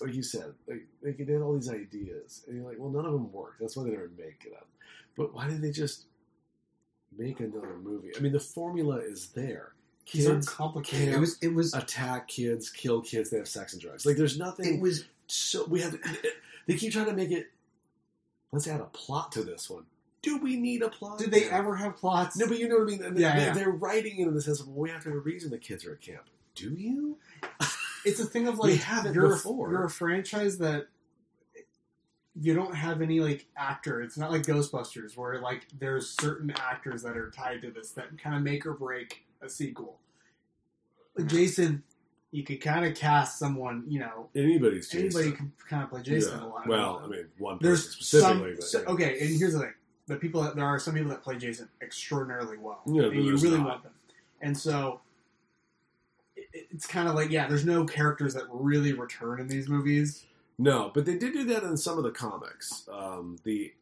S1: like you said, like, like they had all these ideas, and you're like, well, none of them work. That's why they never make them. But why did they just make another movie? I mean, the formula is there.
S3: He's
S1: Kids
S3: uncomplicated.
S2: It was. It was.
S1: attack kids, kill kids. They have sex and drugs. Like, there's
S2: It
S1: nothing.
S2: was.
S1: so we have. They keep trying to make it. Let's add a plot to this one. Do we need a plot?
S3: Did they
S2: Yeah.
S3: ever have plots?
S1: No, but you know what I mean. They-
S3: Yeah,
S1: they,
S3: yeah.
S1: They're writing it in the sense of we have to have a reason the kids are at camp. Do you?
S3: it's a thing of
S1: We
S3: like
S1: haven't
S3: you're
S1: before.
S3: A, you're a franchise that you don't have any like actor. It's not like Ghostbusters where like there's certain actors that are tied to this that kind of make or break a sequel. Like
S1: Mm-hmm.
S3: Jason, you could kind of cast someone. You know,
S1: Anybody's
S3: anybody can kind of play Jason a lot.
S1: Well, I mean, one person
S3: there's
S1: specifically.
S3: some,
S1: but,
S3: so-
S1: yeah.
S3: okay and here's the thing the people that there are some people that play jason extraordinarily well
S1: Yeah, but
S3: and you
S1: there's
S3: really
S1: not.
S3: want them and so it, it's kind of like yeah there's no characters that really return in these movies
S1: No, but they did do that in some of the comics. Um, the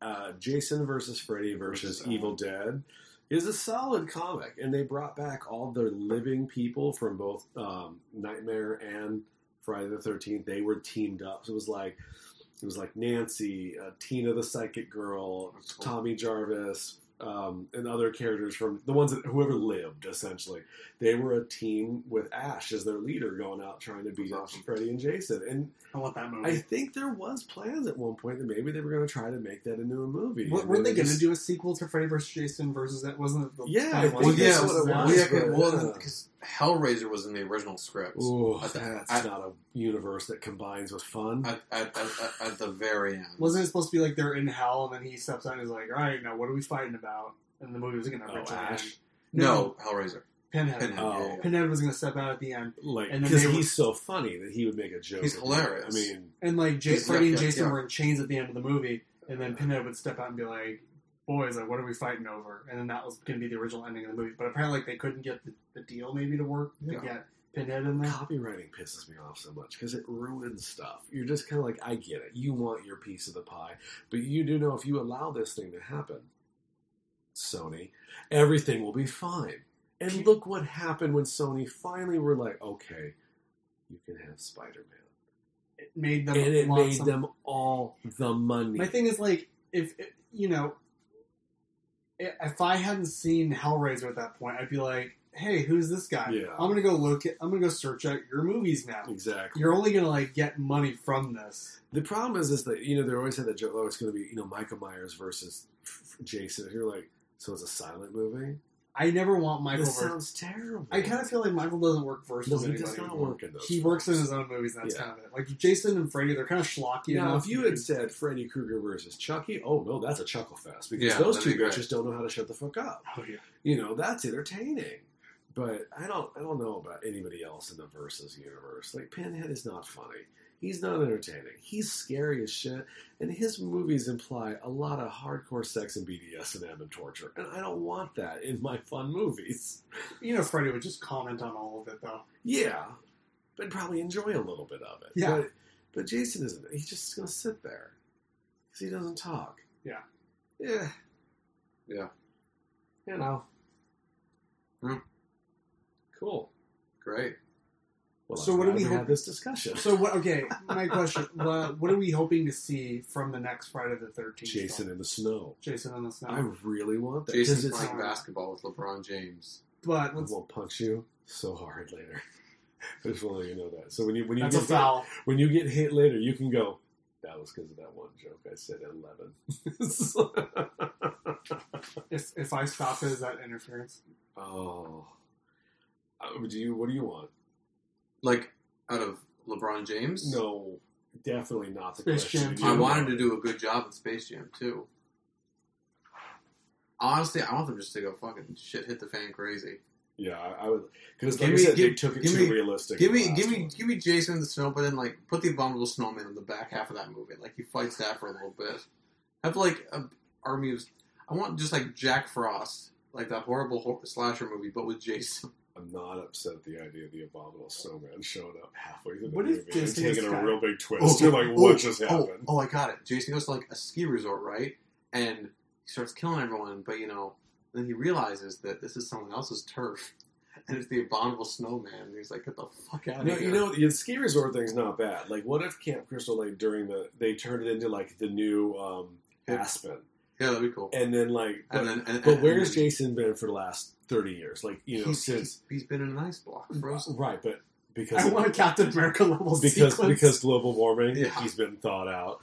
S1: uh, Jason versus Freddy versus
S2: Versus, uh,
S1: Evil Dead is a solid comic, and they brought back all the living people from both um, Nightmare and Friday the Thirteenth. They were teamed up. So it was like it was like Nancy, uh, Tina the Psychic Girl,
S2: That's cool.
S1: Tommy Jarvis, um, and other characters from the ones that whoever lived essentially. They were a team with Ash as their leader, going out trying to beat
S2: That's
S1: up
S2: awesome.
S1: Freddy and Jason. And
S3: I want that movie.
S1: I think there was plans at one point that maybe they were going to try to make that into a movie.
S3: What,
S1: And
S3: were
S1: then
S3: they going to
S1: just-
S3: do a sequel to Freddy vs. Jason versus that? Wasn't it? The
S1: Yeah,
S3: that
S1: I
S3: one?
S2: Well,
S1: think
S2: yeah,
S1: that's what it
S3: that-
S1: was.
S2: yeah,
S1: but, uh,
S2: well,
S1: yeah.
S2: because Hellraiser was in the original script.
S1: Ooh,
S2: I th-
S1: that's
S2: I-
S1: not a universe that combines with fun.
S2: At, at, at, at- at the very end.
S3: Wasn't it supposed to be like they're in hell and then he steps out and he's like, all right, now what are we fighting about? And the movie was going to
S1: Oh,
S3: originally
S1: Ash?
S3: end.
S2: No, Hellraiser.
S3: Pinhead.
S2: Pinhead,
S3: Pinhead.
S1: Oh.
S2: yeah, yeah.
S3: was going to step out at the end.
S1: like,
S3: And then
S1: because
S3: they were-
S1: he's so funny that he would make a joke.
S2: He's
S1: at the end.
S2: hilarious.
S1: I mean,
S3: And like J-
S2: Yeah,
S3: Freddy and
S2: yeah,
S3: Jason
S2: yeah.
S3: were in chains at the end of the movie. And then Pinhead would step out and be like, boys, like, what are we fighting over? And then that was going to be the original ending of the movie. But apparently, like, they couldn't get the, the deal maybe to work to
S2: Yeah.
S3: get Pinhead in there.
S1: copywriting pisses me off so much because it ruins stuff. You're just kind of like, I get it. You want your piece of the pie, but you do know if you allow this thing to happen, Sony, everything will be fine. And look what happened when Sony finally were like, okay, you can have Spider Man.
S3: It made them
S1: and it
S3: want
S1: made
S3: some-
S1: them all the money.
S3: My thing is like if if- you know, i- if I hadn't seen Hellraiser at that point, I'd be like, "Hey, who's this guy?
S1: Yeah.
S3: I'm gonna go look. At, I'm gonna go search out your movies now.
S1: exactly.
S3: You're only gonna like get money from this.
S1: the problem is, is that you know they always had that joke. Oh, it's going to be you know Michael Myers versus f- f- Jason. You're like, so it's a silent movie.
S3: I never want Michael.
S1: this
S3: Vers-
S1: sounds terrible.
S3: I kind of feel like Michael doesn't work versus
S1: no, he
S3: anybody.
S1: does not
S3: anymore.
S1: work in those.
S3: He works in his own movies. And that's
S1: Yeah.
S3: kind of it. Like Jason and Freddy, they're kind of schlocky.
S1: now,
S3: enough.
S1: if you had said Freddy Krueger versus Chucky, oh no, that's a chuckle fest because
S2: Yeah,
S1: those
S2: that'd
S1: two
S2: be great.
S1: bitches don't know how to shut the fuck up.
S3: oh yeah,
S1: You know that's entertaining, but I don't I don't know about anybody else in the versus universe. Like Pinhead is not funny. He's not entertaining. He's scary as shit, and his movies imply a lot of hardcore sex and BDSM and torture, and I don't want that in my fun movies.
S3: you know, Freddy would just comment on all of it though.
S1: Yeah, but probably enjoy a little bit of it.
S3: Yeah.
S1: but, but Jason isn't. He's just gonna sit there because he doesn't talk.
S3: Yeah.
S1: yeah,
S2: Yeah.
S1: You know,
S2: Hmm.
S1: cool.
S2: Great.
S1: Well,
S3: So
S1: I'm
S3: what do
S1: glad
S3: we hope-
S1: had this
S3: [laughs]
S1: discussion? [laughs]
S3: So what? Okay, my question: what, what are we hoping to see from the next Friday the Thirteenth?
S1: Jason in the snow.
S3: Jason and the Snow.
S1: I really want that because
S2: Jason's
S1: it's.
S2: playing basketball with LeBron James.
S3: but
S1: I
S3: let's,
S1: will punch you so hard later. [laughs] I just want to let you know that. So when you when you
S3: that's a
S1: get
S3: foul.
S1: when you get hit later, you can go. That was because of that one joke I said at eleven. [laughs]
S3: If if I stop it, is that interference?
S1: oh, Uh, do you? What do you want?
S2: Like, out of LeBron James?
S1: No, definitely not the
S3: Space
S1: question.
S3: Jam
S1: You
S2: I
S3: Yeah.
S2: wanted to do a good job in Space Jam too. Honestly, I want them just to go fucking shit hit the fan crazy.
S1: Yeah, I, I would because
S2: Give
S1: like I
S2: me-
S1: said,
S2: give-
S1: they took it
S2: give
S1: too
S2: me-
S1: realistic.
S2: Give
S1: in the
S2: me,
S1: last
S2: give me,
S1: one.
S2: give me Jason the Snow, but then like put the Abominable Snowman in the back half of that movie. Like he fights that for a little bit. Have like a army of. I want just like Jack Frost, like that horrible hor- slasher movie, but with Jason.
S1: [laughs] I'm not upset at the idea of the abominable snowman showing up halfway through the
S3: What if
S1: movie and
S3: Jason is
S1: taking
S3: fat?
S1: a real big twist. You're like, what just happened?
S2: Oh, I got it. Jason goes to like a ski resort, right? And he starts killing everyone, but you know, then he realizes that this is someone else's turf, [laughs] and it's the abominable snowman. And he's like, "Get the fuck out of
S1: No,
S2: here!"
S1: you know the ski resort thing's not bad. Like, what if Camp Crystal Lake during the they turned it into like the new um,
S2: Yeah.
S1: Aspen,
S2: yeah, that'd be cool.
S1: and then like, but,
S2: And then, and,
S1: but
S2: and-
S1: where's
S2: and-
S1: Jason been for the last thirty years? Like, you know,
S2: he's,
S1: since
S2: he's- he's been in an ice block, frozen.
S1: right, but because
S3: I want a Captain America level
S1: because
S3: sequence.
S1: because global warming,
S2: Yeah.
S1: he's been thawed out.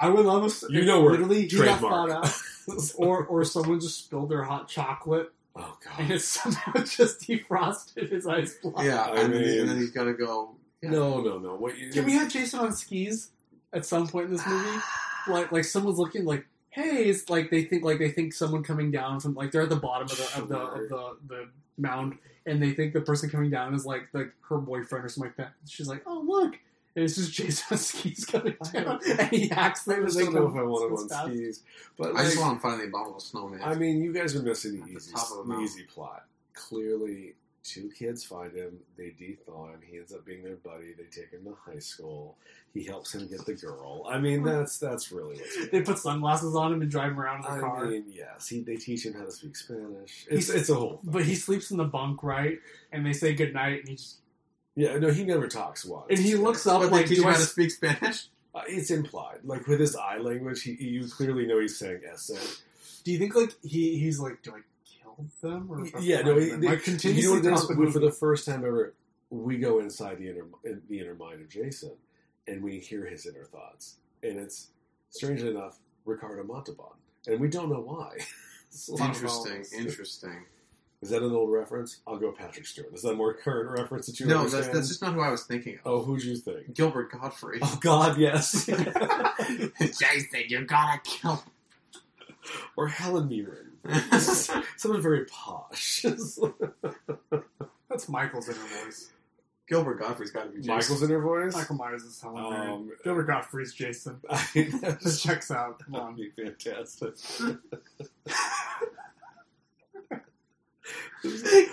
S3: I would love if
S1: You know where
S3: literally he got thought
S1: trademark.
S3: out, [laughs] or or someone just spilled their hot chocolate
S1: Oh
S3: and
S1: god.
S3: it somehow [laughs] just defrosted his ice block.
S2: Yeah,
S1: I
S2: and, then,
S1: mean-
S2: and then he's got to go. Yeah.
S1: No, no, no. What you,
S3: Can we have Jason on skis at some point in this [sighs] movie? Like like someone's looking like. Hey, it's like they think like they think someone coming down from like they're at the bottom of the of the, of the, the mound and they think the person coming down is like like her boyfriend or something like that. She's like, oh look, and it's just Jason on skis coming down, [laughs] and he hacks
S1: I
S3: them.
S1: just
S3: so
S1: don't know
S3: the-
S1: if I want
S3: it's
S1: to
S3: fast.
S1: on skis, but
S2: I
S1: like,
S2: just want him to find the abominable snowman.
S1: I mean, you guys are missing
S2: At
S1: the
S2: the
S1: easy,
S2: top of the
S1: the
S2: mountain.
S1: easy plot. Clearly, Two kids find him. They dethaw him. He ends up being their buddy. They take him to high school. He helps him get the girl. I mean, that's that's really what's good.
S3: They put sunglasses on him and drive him around in the
S1: I
S3: car.
S1: mean, yes, he, they teach him how to speak Spanish.
S3: He's-
S1: It's, it's a whole. Thing.
S3: But he sleeps in the bunk, right? And they say goodnight, and he just
S1: Yeah, no, he never talks once.
S3: and he looks up
S2: But they
S3: like,
S2: teach
S3: do
S2: him
S3: I
S2: how to
S3: s-
S2: speak Spanish. [laughs]
S1: Uh, it's implied, like with his eye language. He, you clearly know he's saying "ese."
S3: do you think like he he's like, do I kill them or
S1: Yeah, no, he,
S3: I
S1: they,
S3: continuously
S1: you know what it is?
S3: talk with
S1: We- for
S3: him.
S1: the first time ever, we go inside the inner in- the inner mind of Jason, and we hear his inner thoughts, and it's strangely enough Ricardo Montalban, and we don't know why. [laughs] It's like-
S2: Interesting, interesting.
S1: Is that an old reference? I'll go Patrick Stewart. Is that a more current reference that you
S2: No,
S1: understand?
S2: that's, that's just not who I was thinking of.
S1: Oh, who'd you think?
S2: Gilbert Godfrey.
S1: Oh God, [laughs] yes.
S2: [laughs] Jason, you gotta kill him.
S1: or Helen Mirren. [laughs] Someone very posh. [laughs]
S3: That's Michael's inner voice.
S2: [laughs] Gilbert Godfrey's gotta be Jason.
S1: Michael's
S2: [laughs]
S1: in her voice.
S3: Michael Myers is Helen Mirren.
S1: Um,
S3: Gilbert
S1: [laughs]
S3: Gottfried's Jason. This
S1: That'd
S3: checks out. Come [laughs] on.
S1: be fantastic.
S2: [laughs]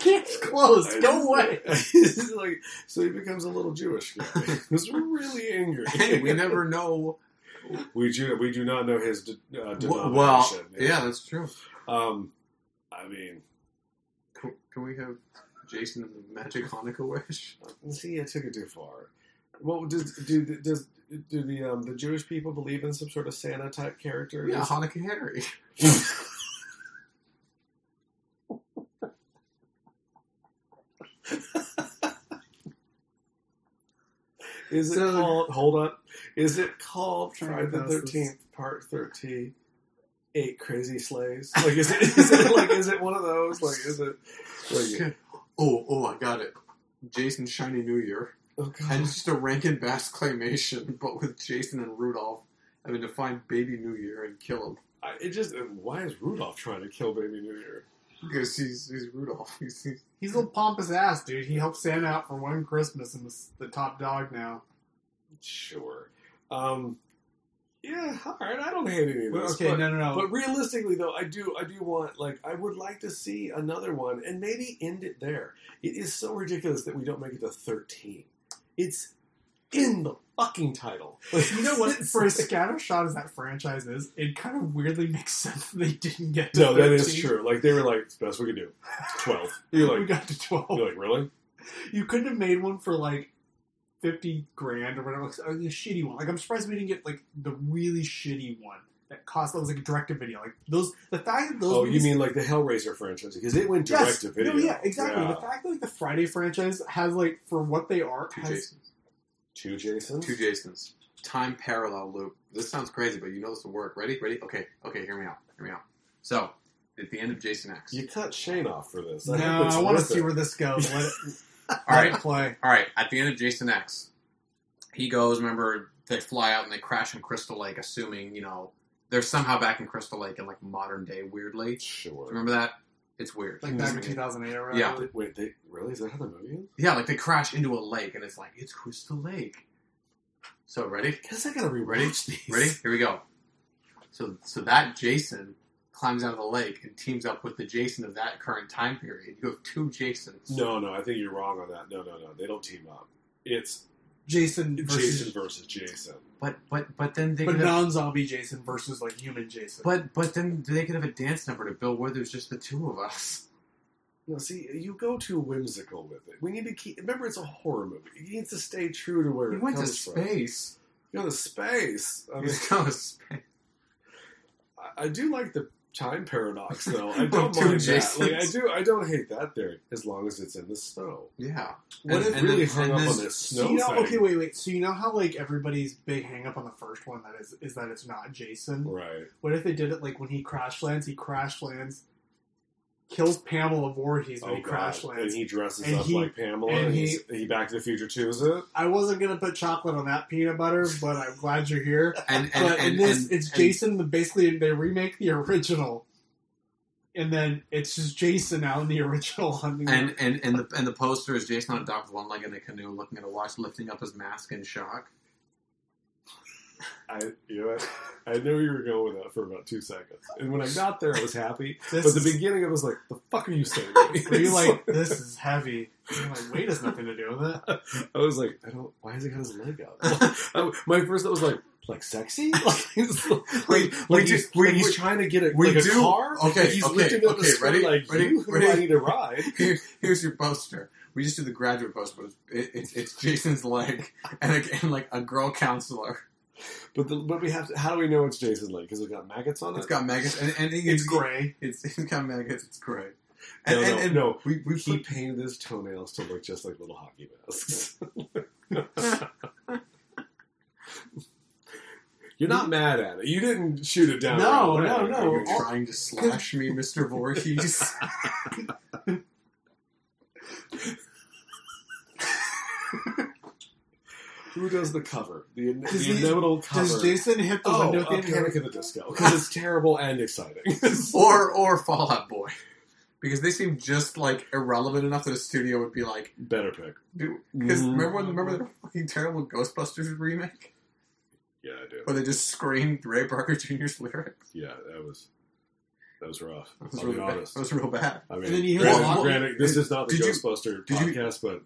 S3: Camp's closed.
S1: [laughs]
S3: Go away.
S1: It's like, so he becomes a little Jewish guy.
S2: [laughs]
S1: Who's really angry.
S2: Hey, we never know.
S1: we do we do not know his de- uh, denomination.
S2: Well, yeah, that's true.
S1: Um, I mean,
S2: Can, can we have Jason and the Magic Hanukkah wish?
S1: see, I took it too far. Well, does do the- does do the um, the Jewish people believe in some sort of Santa type character?
S2: Yeah, Hanukkah Henry.
S1: Is it
S2: So-
S1: called? Hold on. Is it called Friday the
S3: Trying to pass this.
S1: Thirteenth Part Thirteen? Eight crazy slays. Like is it, [laughs] is it like is it one of those? Like is it? Like,
S2: [laughs] Oh, oh, I got it. Jason Shiny New Year.
S1: oh god.
S2: And it's just a Rankin Bass claymation, [laughs] but with Jason and Rudolph having to find Baby New Year and kill him.
S1: I, it just uh, why is Rudolph trying to kill Baby New Year?
S2: Because he's, he's Rudolph. [laughs] He's, he's,
S3: He's a little pompous ass, dude. He helped Santa out for one Christmas and was the top dog now.
S1: Sure. Um, yeah. All right. I don't hate any of
S3: But,
S1: this.
S3: okay,
S1: but-
S3: no, no, no.
S1: But realistically, though, I do, I do want, like, I would like to see another one, and maybe end it there. It is so ridiculous that we don't make it to thirteen. It's in the fucking title. Like,
S3: you know
S1: [laughs]
S3: what?
S1: it's-
S3: [laughs] For as scattershot as that franchise is, it kind of weirdly makes sense that they didn't get to
S1: No, that is
S3: 13.
S1: true. Like they were like, it's the best we could do. Twelve.
S3: we
S1: You're like,
S3: got to 12.
S1: you're like, really?
S3: You couldn't have made one for like 50 grand or whatever. Like, a shitty one. Like, I'm surprised we didn't get like the really shitty one that cost, that was like a direct to video. Like, those, the fact that those.
S1: Oh, you
S3: movies-
S1: mean like the Hellraiser franchise because it went direct
S3: Yes.
S1: to video.
S3: No, yeah, exactly.
S1: Yeah.
S3: The fact that like the Friday franchise has like for what they are
S2: two
S3: has
S2: Jasons.
S1: Two Jasons.
S2: Two Jasons. Time parallel loop. This sounds crazy, but you know this will work. Ready? Ready? Okay, okay, hear me out. Hear me out. So, at the end of Jason X.
S1: You cut Shane off for this.
S3: no.
S1: I hope it's
S3: I want to
S1: worth
S3: see
S1: it.
S3: where this
S1: [laughs]
S3: goes. Let it,
S2: All right.
S3: play.
S2: All right, at the end of Jason X, he goes. Remember, they fly out and they crash in Crystal Lake, assuming you know they're somehow back in Crystal Lake in like modern day. Weirdly,
S1: Sure.
S2: remember that? It's weird.
S3: Like back in 2008 or whatever.
S2: Yeah.
S1: Wait, they, really? Is that how the movie is?
S2: yeah, like they crash into a lake, and it's like it's Crystal Lake. So ready,
S1: Guess I gotta rewatch
S2: Ready?
S1: these.
S2: ready, here we go. So, so that Jason climbs out of the lake and teams up with the Jason of that current time period. You have two Jasons.
S1: No, no, I think you're wrong on that. No, no, no. They don't team up. It's
S3: Jason versus
S1: Jason versus Jason.
S2: but but but then they
S3: but
S2: could have-
S3: non-zombie Jason versus like human Jason.
S2: But but then they could have a dance number to Bill where there's just the two of
S3: [laughs]
S2: us.
S1: No, see, you go too whimsical with it. We need to keep. Remember, it's a horror movie. It needs to stay true to where
S2: He
S1: it
S2: went to
S1: comes from.
S2: space.
S1: Go to space.
S2: [laughs]
S1: I, mean,
S2: He's going to space.
S1: I- I do like the time paradox, though. I
S2: [laughs] Of
S1: don't
S2: two
S1: mind that.
S2: Jasons.
S1: Like, I do. I don't hate that theory as long as it's in the snow.
S2: Yeah.
S1: What
S2: And-
S1: if
S2: and
S1: really
S2: then-
S1: hung
S2: and
S1: up
S2: then-
S1: on this
S3: so
S1: snow
S3: you know,
S1: thing?
S3: okay, wait, wait. So you know how like everybody's big hang up on the first one that is is that it's not Jason.
S1: Right.
S3: What if they did it like when he crash lands? He crash lands, kills Pamela Voorhees when
S1: Oh,
S3: he
S1: God.
S3: crash
S1: and
S3: lands.
S1: he dresses
S3: And
S1: up
S3: he-
S1: like Pamela.
S3: and
S1: And
S3: he-
S1: he's- he Back to the Future too, is it?
S3: I wasn't gonna put chocolate on that peanut butter, but I'm glad you're here.
S2: And and,
S3: But
S2: and,
S3: in this,
S2: and-
S3: it's
S2: and-
S3: Jason. Basically, they remake the original, and then it's just Jason out in the [laughs] original. On the
S2: And and and the and the poster is Jason on a dock with one leg in a canoe, looking at a watch, lifting up his mask in shock.
S1: I, you know what? I knew you were going with that for about two seconds, and
S2: [laughs]
S1: when I got there, I was happy.
S3: This
S1: but the
S3: is-
S1: beginning, I was like, "The fuck are you saying?"
S2: [laughs]
S1: [laughs]
S3: Were you
S1: It's
S3: like, this is heavy? I'm like, weight has nothing to do with it.
S1: I was like, "I don't. Why has he got his leg out?"
S2: [laughs]
S1: [laughs] I- my first thought was like, "Like sexy?" [laughs] Like, it's like,
S2: We-
S1: like
S2: we
S1: he's,
S2: do- we-
S1: like he's
S2: we-
S1: trying to get a,
S2: we
S1: like a
S2: do-
S1: car.
S2: okay,
S1: Like, he's
S2: okay,
S1: lifting up
S2: okay,
S1: the skirt,
S2: ready,
S1: like
S2: ready,
S1: you, who do I
S2: ready.
S1: need to ride.
S2: Here, here's your poster. We just do the graduate poster, but it's, it's, it's Jason's leg and, a, and like a girl counselor.
S1: But the, but we have to. How do we know it's Jason's leg? Because it's got maggots on it.
S2: It's got maggots and, and
S3: It's gray.
S2: It's, it's got maggots. It's great.
S1: no,
S2: And, and,
S1: no,
S2: and
S1: no.
S2: we we
S1: He
S2: put,
S1: painted his toenails to look just like little hockey masks. [laughs] You're not mad at it. You didn't shoot it down.
S3: No,
S1: right away.
S3: no, no.
S1: You
S2: Are you
S1: tried-
S2: trying to slash me, Mr. Voorhees?
S1: [laughs] Who does the cover? The, the
S3: Does he-
S1: inevitable cover.
S3: Does Jason hit the
S1: oh,
S3: window
S1: uh,
S3: at the
S1: Panic
S3: end?
S1: at the Disco. Because it's terrible and exciting. [laughs]
S2: or or Fallout Boy? Because they seem just like irrelevant enough that a studio would be like,
S1: Better pick.
S2: because
S1: Mm-hmm.
S2: remember when, remember the fucking terrible Ghostbusters remake
S1: Yeah, I do.
S2: where they just screamed Ray Parker Jr.'s lyrics?
S1: Yeah, that was that was rough.
S2: That was
S1: I'll
S2: really
S1: be
S2: bad.
S1: honest.
S2: That was real bad.
S1: I mean,
S3: And then you hear
S1: granted,
S2: the-
S1: granted, this is not the
S2: Did you-
S1: Ghostbuster
S2: did you-
S1: podcast, but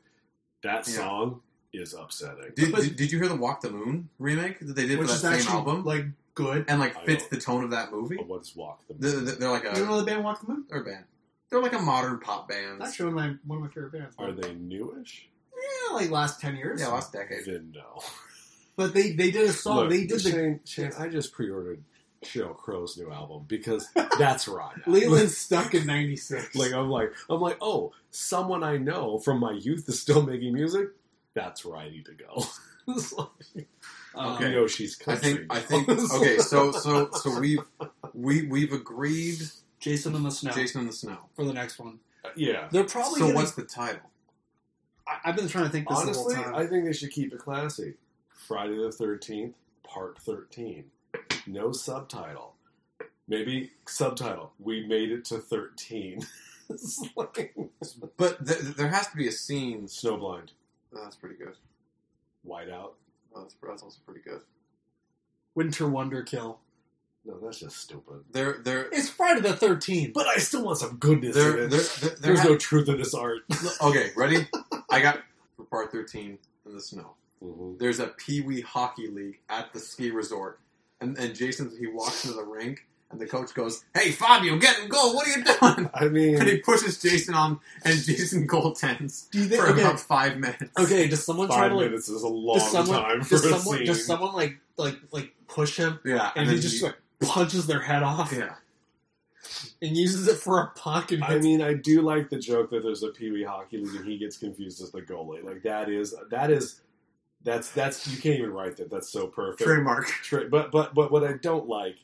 S1: that
S2: Yeah.
S1: song is upsetting.
S2: Did,
S3: But-
S2: did, did you hear the Walk the Moon remake that they did
S3: Which
S2: for
S3: is
S2: that same
S3: actually
S2: album?
S3: like good.
S2: and like
S1: I
S2: fits
S1: don't-
S2: the tone of that movie.
S1: But what is Walk the
S2: They're,
S1: Moon?
S2: they're they're like
S3: you
S2: a
S3: know the band Walk the Moon?
S2: they're a band. They're like a modern pop band.
S3: That's actually one of my one of my favorite bands.
S1: Are they newish?
S3: Yeah, like last ten years.
S2: Yeah, last decade.
S1: Then no.
S3: But they they did a song.
S1: Look,
S3: they did the
S1: Shane, Shane, I just pre-ordered Cheryl Crow's new album because that's right.
S3: [laughs] Leland stuck in
S1: [laughs]
S3: '96.
S1: like I'm like I'm like oh, someone I know from my youth is still making music. That's where I need to go. [laughs] It's like,
S3: Um,
S1: You know she's
S2: I
S1: country.
S2: think I think
S1: now. It's
S2: okay.
S1: like,
S2: So
S1: [laughs]
S2: so so we've we we've agreed
S3: Jason in the Snow
S2: Jason in the Snow.
S3: for the next one.
S1: yeah.
S3: They're probably.
S2: so
S3: gonna,
S2: what's the title?
S3: I, I've been trying to think this
S1: Honestly,
S3: the whole time.
S1: I think they should keep it classy. Friday the Thirteenth, Part Thirteen. No subtitle. Maybe subtitle. We made it to thirteen. [laughs] It's like-
S2: But th- th- there has to be a scene.
S1: Snowblind.
S2: Oh, that's pretty good.
S1: Whiteout.
S2: Oh, that's, that's also pretty good.
S3: Winter Wonder Kill.
S1: No, that's just stupid.
S2: There there
S3: It's Friday the 13th.
S1: But I still want some goodness in
S2: there, there,
S1: it.
S2: there, there
S1: There's
S2: ha-
S1: no truth in this art.
S2: okay.
S3: [laughs]
S2: Ready? I got for part thirteen in the snow.
S3: Mm-hmm.
S2: there's a Pee Wee Hockey League at the ski resort. And, and Jason, he walks into the rink, and the coach goes, Hey, Fabio, get in goal. What are you doing? [laughs]
S1: I
S2: And he
S1: mean,
S2: pushes Jason on, and Jason goaltends
S3: Do you think?
S2: for
S3: Okay,
S2: about five minutes.
S3: okay, does someone try
S1: five
S3: to like?
S1: minutes is a long
S3: does someone?
S1: time for
S3: does
S1: a
S3: someone?
S1: scene.
S3: Does someone like like like push him?
S2: Yeah.
S3: And, he
S2: then
S3: just like punches their head off
S2: Yeah.
S3: and uses it for a puck and
S1: I
S3: hits
S1: mean, I do like the joke that there's a Pee Wee Hockey League and he gets confused as the goalie. Like that is that is that's that's you can't even write that. That's so perfect.
S2: Trademark.
S1: Tra- But but but what I don't like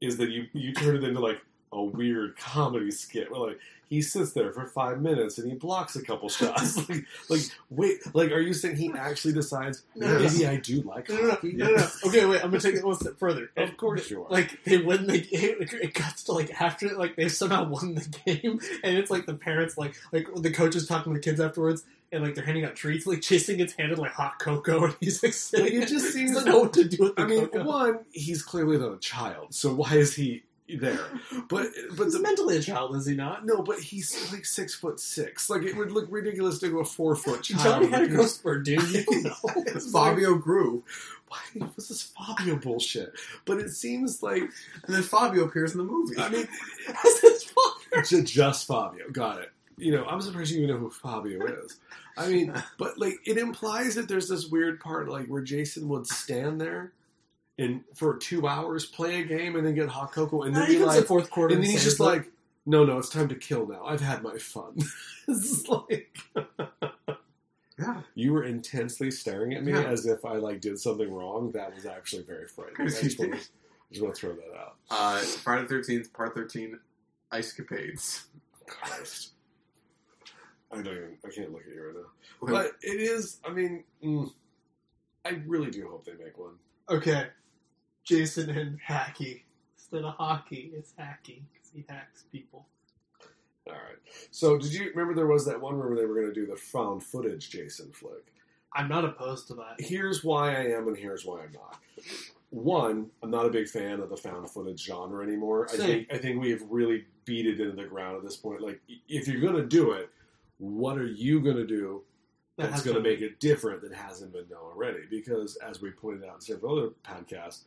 S1: is that you you turn it into like a weird comedy skit where like he sits there for five minutes and he blocks a couple shots. [laughs] like like wait like are you saying he actually decides
S3: No, no, no.
S1: maybe I do like
S3: No, no, no,
S1: hockey?
S3: no, no. Okay, wait. I'm gonna take it one step further.
S1: [laughs] Of course you are.
S3: Like they win the game. It cuts to like after like they've somehow won the [laughs] game, and it's like the parents like like the coach is talking to the kids afterwards, and like they're handing out treats. Like Jason gets handed like hot cocoa, [laughs] and he's
S1: [laughs]
S3: like
S1: Like,
S3: sitting.
S1: it just
S3: [laughs] he
S1: seems
S3: doesn't know what to do with the
S1: I
S3: [laughs]
S1: mean,
S3: cocoa.
S1: one, he's clearly not a child, so why is he there? But but
S3: He's
S1: the
S3: mentally a child, is he not?
S1: no, but he's like six foot six. Like it would look ridiculous to go a four foot child.
S3: Johnny had a
S1: with
S3: growth spurt, dude. [laughs]
S1: [laughs]
S3: You don't know.
S1: It's like,
S2: Fabio grew.
S1: why was this Fabio bullshit? But it seems [laughs] like
S2: And then Fabio appears in the movie.
S1: I mean,
S3: That's his fault.
S1: ju- just Fabio. Got it. You know, I'm surprised you even know who Fabio is. I [laughs] mean, but like, it implies that there's this weird part, like where Jason would stand there and for two hours play a game and then get hot cocoa, and then
S3: Not
S1: be
S3: even the
S1: like,
S3: fourth quarter.
S1: and then he's
S3: saves
S1: just
S3: it.
S1: like, no, no, it's time to kill now. I've had my fun. [laughs] it's like
S2: yeah.
S1: you were intensely staring at me
S2: Yeah.
S1: as if I like did something wrong. That was actually very frightening. I
S2: Because he
S1: just want
S2: did.
S1: to, just want to throw that out.
S2: Uh, Friday the 13th, part 13, Ice Capades.
S1: Christ. I don't even. I can't look at you right now. But it is. I mean, mm, I really do hope they make one.
S3: Okay. Jason and Hacky. Instead of hockey, it's hacking because he hacks people.
S1: All right. So did you remember there was that one where they were going to do the found footage Jason flick?
S3: I'm not opposed to that.
S1: Here's why I am, and here's why I'm not. one, I'm not a big fan of the found footage genre anymore. I
S3: Same.
S1: think I think we have really beat it into the ground at this point. Like, i- if you're gonna do it, what are you gonna do
S3: That
S1: that's
S3: has
S1: gonna
S3: to-
S1: make it different that hasn't been done already? Because as we pointed out in several other podcasts,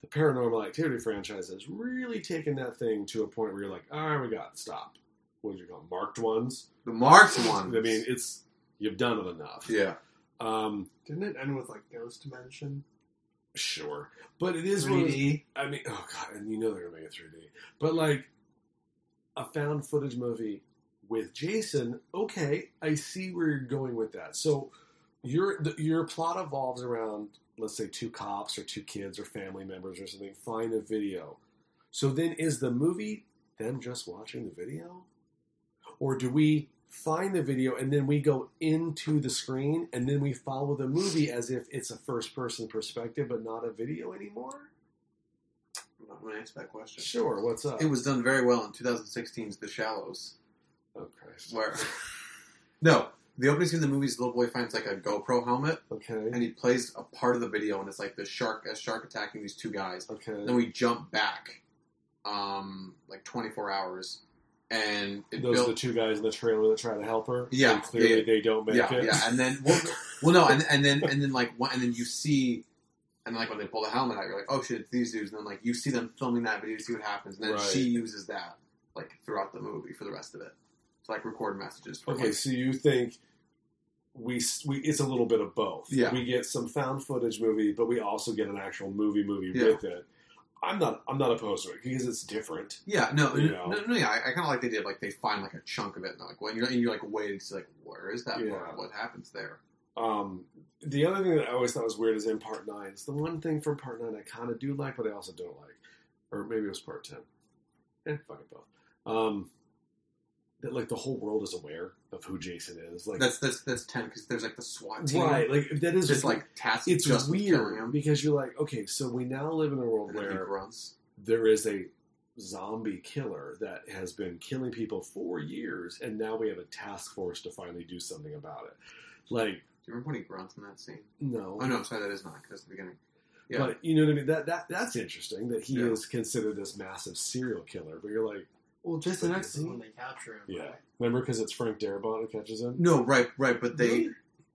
S1: the Paranormal Activity franchise has really taken that thing to a point where you're like, all right, we got stop. What do you call them? marked ones?
S2: The marked
S1: I
S2: one.
S1: mean, it's you've done it enough.
S2: yeah.
S1: Um,
S3: Didn't it end with like Ghost Dimension?
S1: sure, but it is one of those-
S3: 3D?
S1: I mean, oh god, and you know they're gonna make it 3D. But like a found footage movie with Jason, okay, I see where you're going with that. So your the, your plot evolves around, let's say, two cops or two kids or family members or something find a video. So then, is the movie them just watching the video, or do we? Find the video and then we go into the screen and then we follow the movie as if it's a first person perspective but not a video anymore.
S2: I'm not going to answer that question.
S1: Sure, what's up?
S2: It was done very well in 2016's The Shallows,
S1: oh Christ.
S2: where no, the opening scene of the movie is the little boy finds like a GoPro helmet,
S1: Okay.
S2: and he plays a part of the video, and it's like the shark, a shark attacking these two guys. And
S1: Okay.
S2: then we jump back, um, like 24 hours, and it
S1: Those are the
S2: built.
S1: two guys in the trailer that try to help her.
S2: Yeah,
S1: And clearly
S2: yeah, yeah.
S1: they don't make
S2: yeah,
S1: it. [laughs]
S2: yeah, and then well, well, no, and, and then and then like one, and then you see, and like when they pull the helmet out, you're like, oh shit, it's these dudes, and then like you see them filming that video, you see what happens, and then
S1: Right.
S2: she uses that like throughout the movie for the rest of it to like record messages. For,
S1: Okay,
S2: like,
S1: so you think we, we it's a little bit of both.
S2: Yeah.
S1: We get some found footage movie, but we also get an actual movie movie
S2: Yeah.
S1: with it. I'm not I'm not opposed to it because it's different.
S2: Yeah, no,
S1: You
S2: no,
S1: know?
S2: no, yeah, I, I kind of like the idea of like they find like a chunk of it and they're like, well, and you're, and you're like waiting to see like where is that?
S1: Yeah.
S2: part? What happens there?
S1: Um, the other thing that I always thought was weird is in part nine. It's the one thing from part nine I kind of do like, but I also don't like. Or maybe it was part ten. Eh, fuck it both. Um, that like the whole world is aware of who Jason is. Like
S2: That's that's that's ten because there's like the SWAT team.
S1: right. Like that
S2: It's
S1: is
S2: just like tasked
S1: it's
S2: just with killing
S1: weird
S2: him.
S1: because you're like okay, so we now live in a world
S2: And then he
S1: where
S2: grunts.
S1: there is a zombie killer that has been killing people for years, and now we have a task force to finally do something about it. Like
S2: Do you remember when he grunts in that scene?
S1: no,
S2: Oh no, I'm sorry, that is not because that's the beginning. Yeah,
S1: But you know what I mean? That that that's interesting that he
S2: Yeah.
S1: is considered this massive serial killer. But you're like,
S3: Well, Jason
S1: Like,
S3: X is when they capture him.
S1: Yeah.
S3: right?
S1: remember because it's Frank Darabont who catches him.
S2: no, right, right, but they
S3: Really?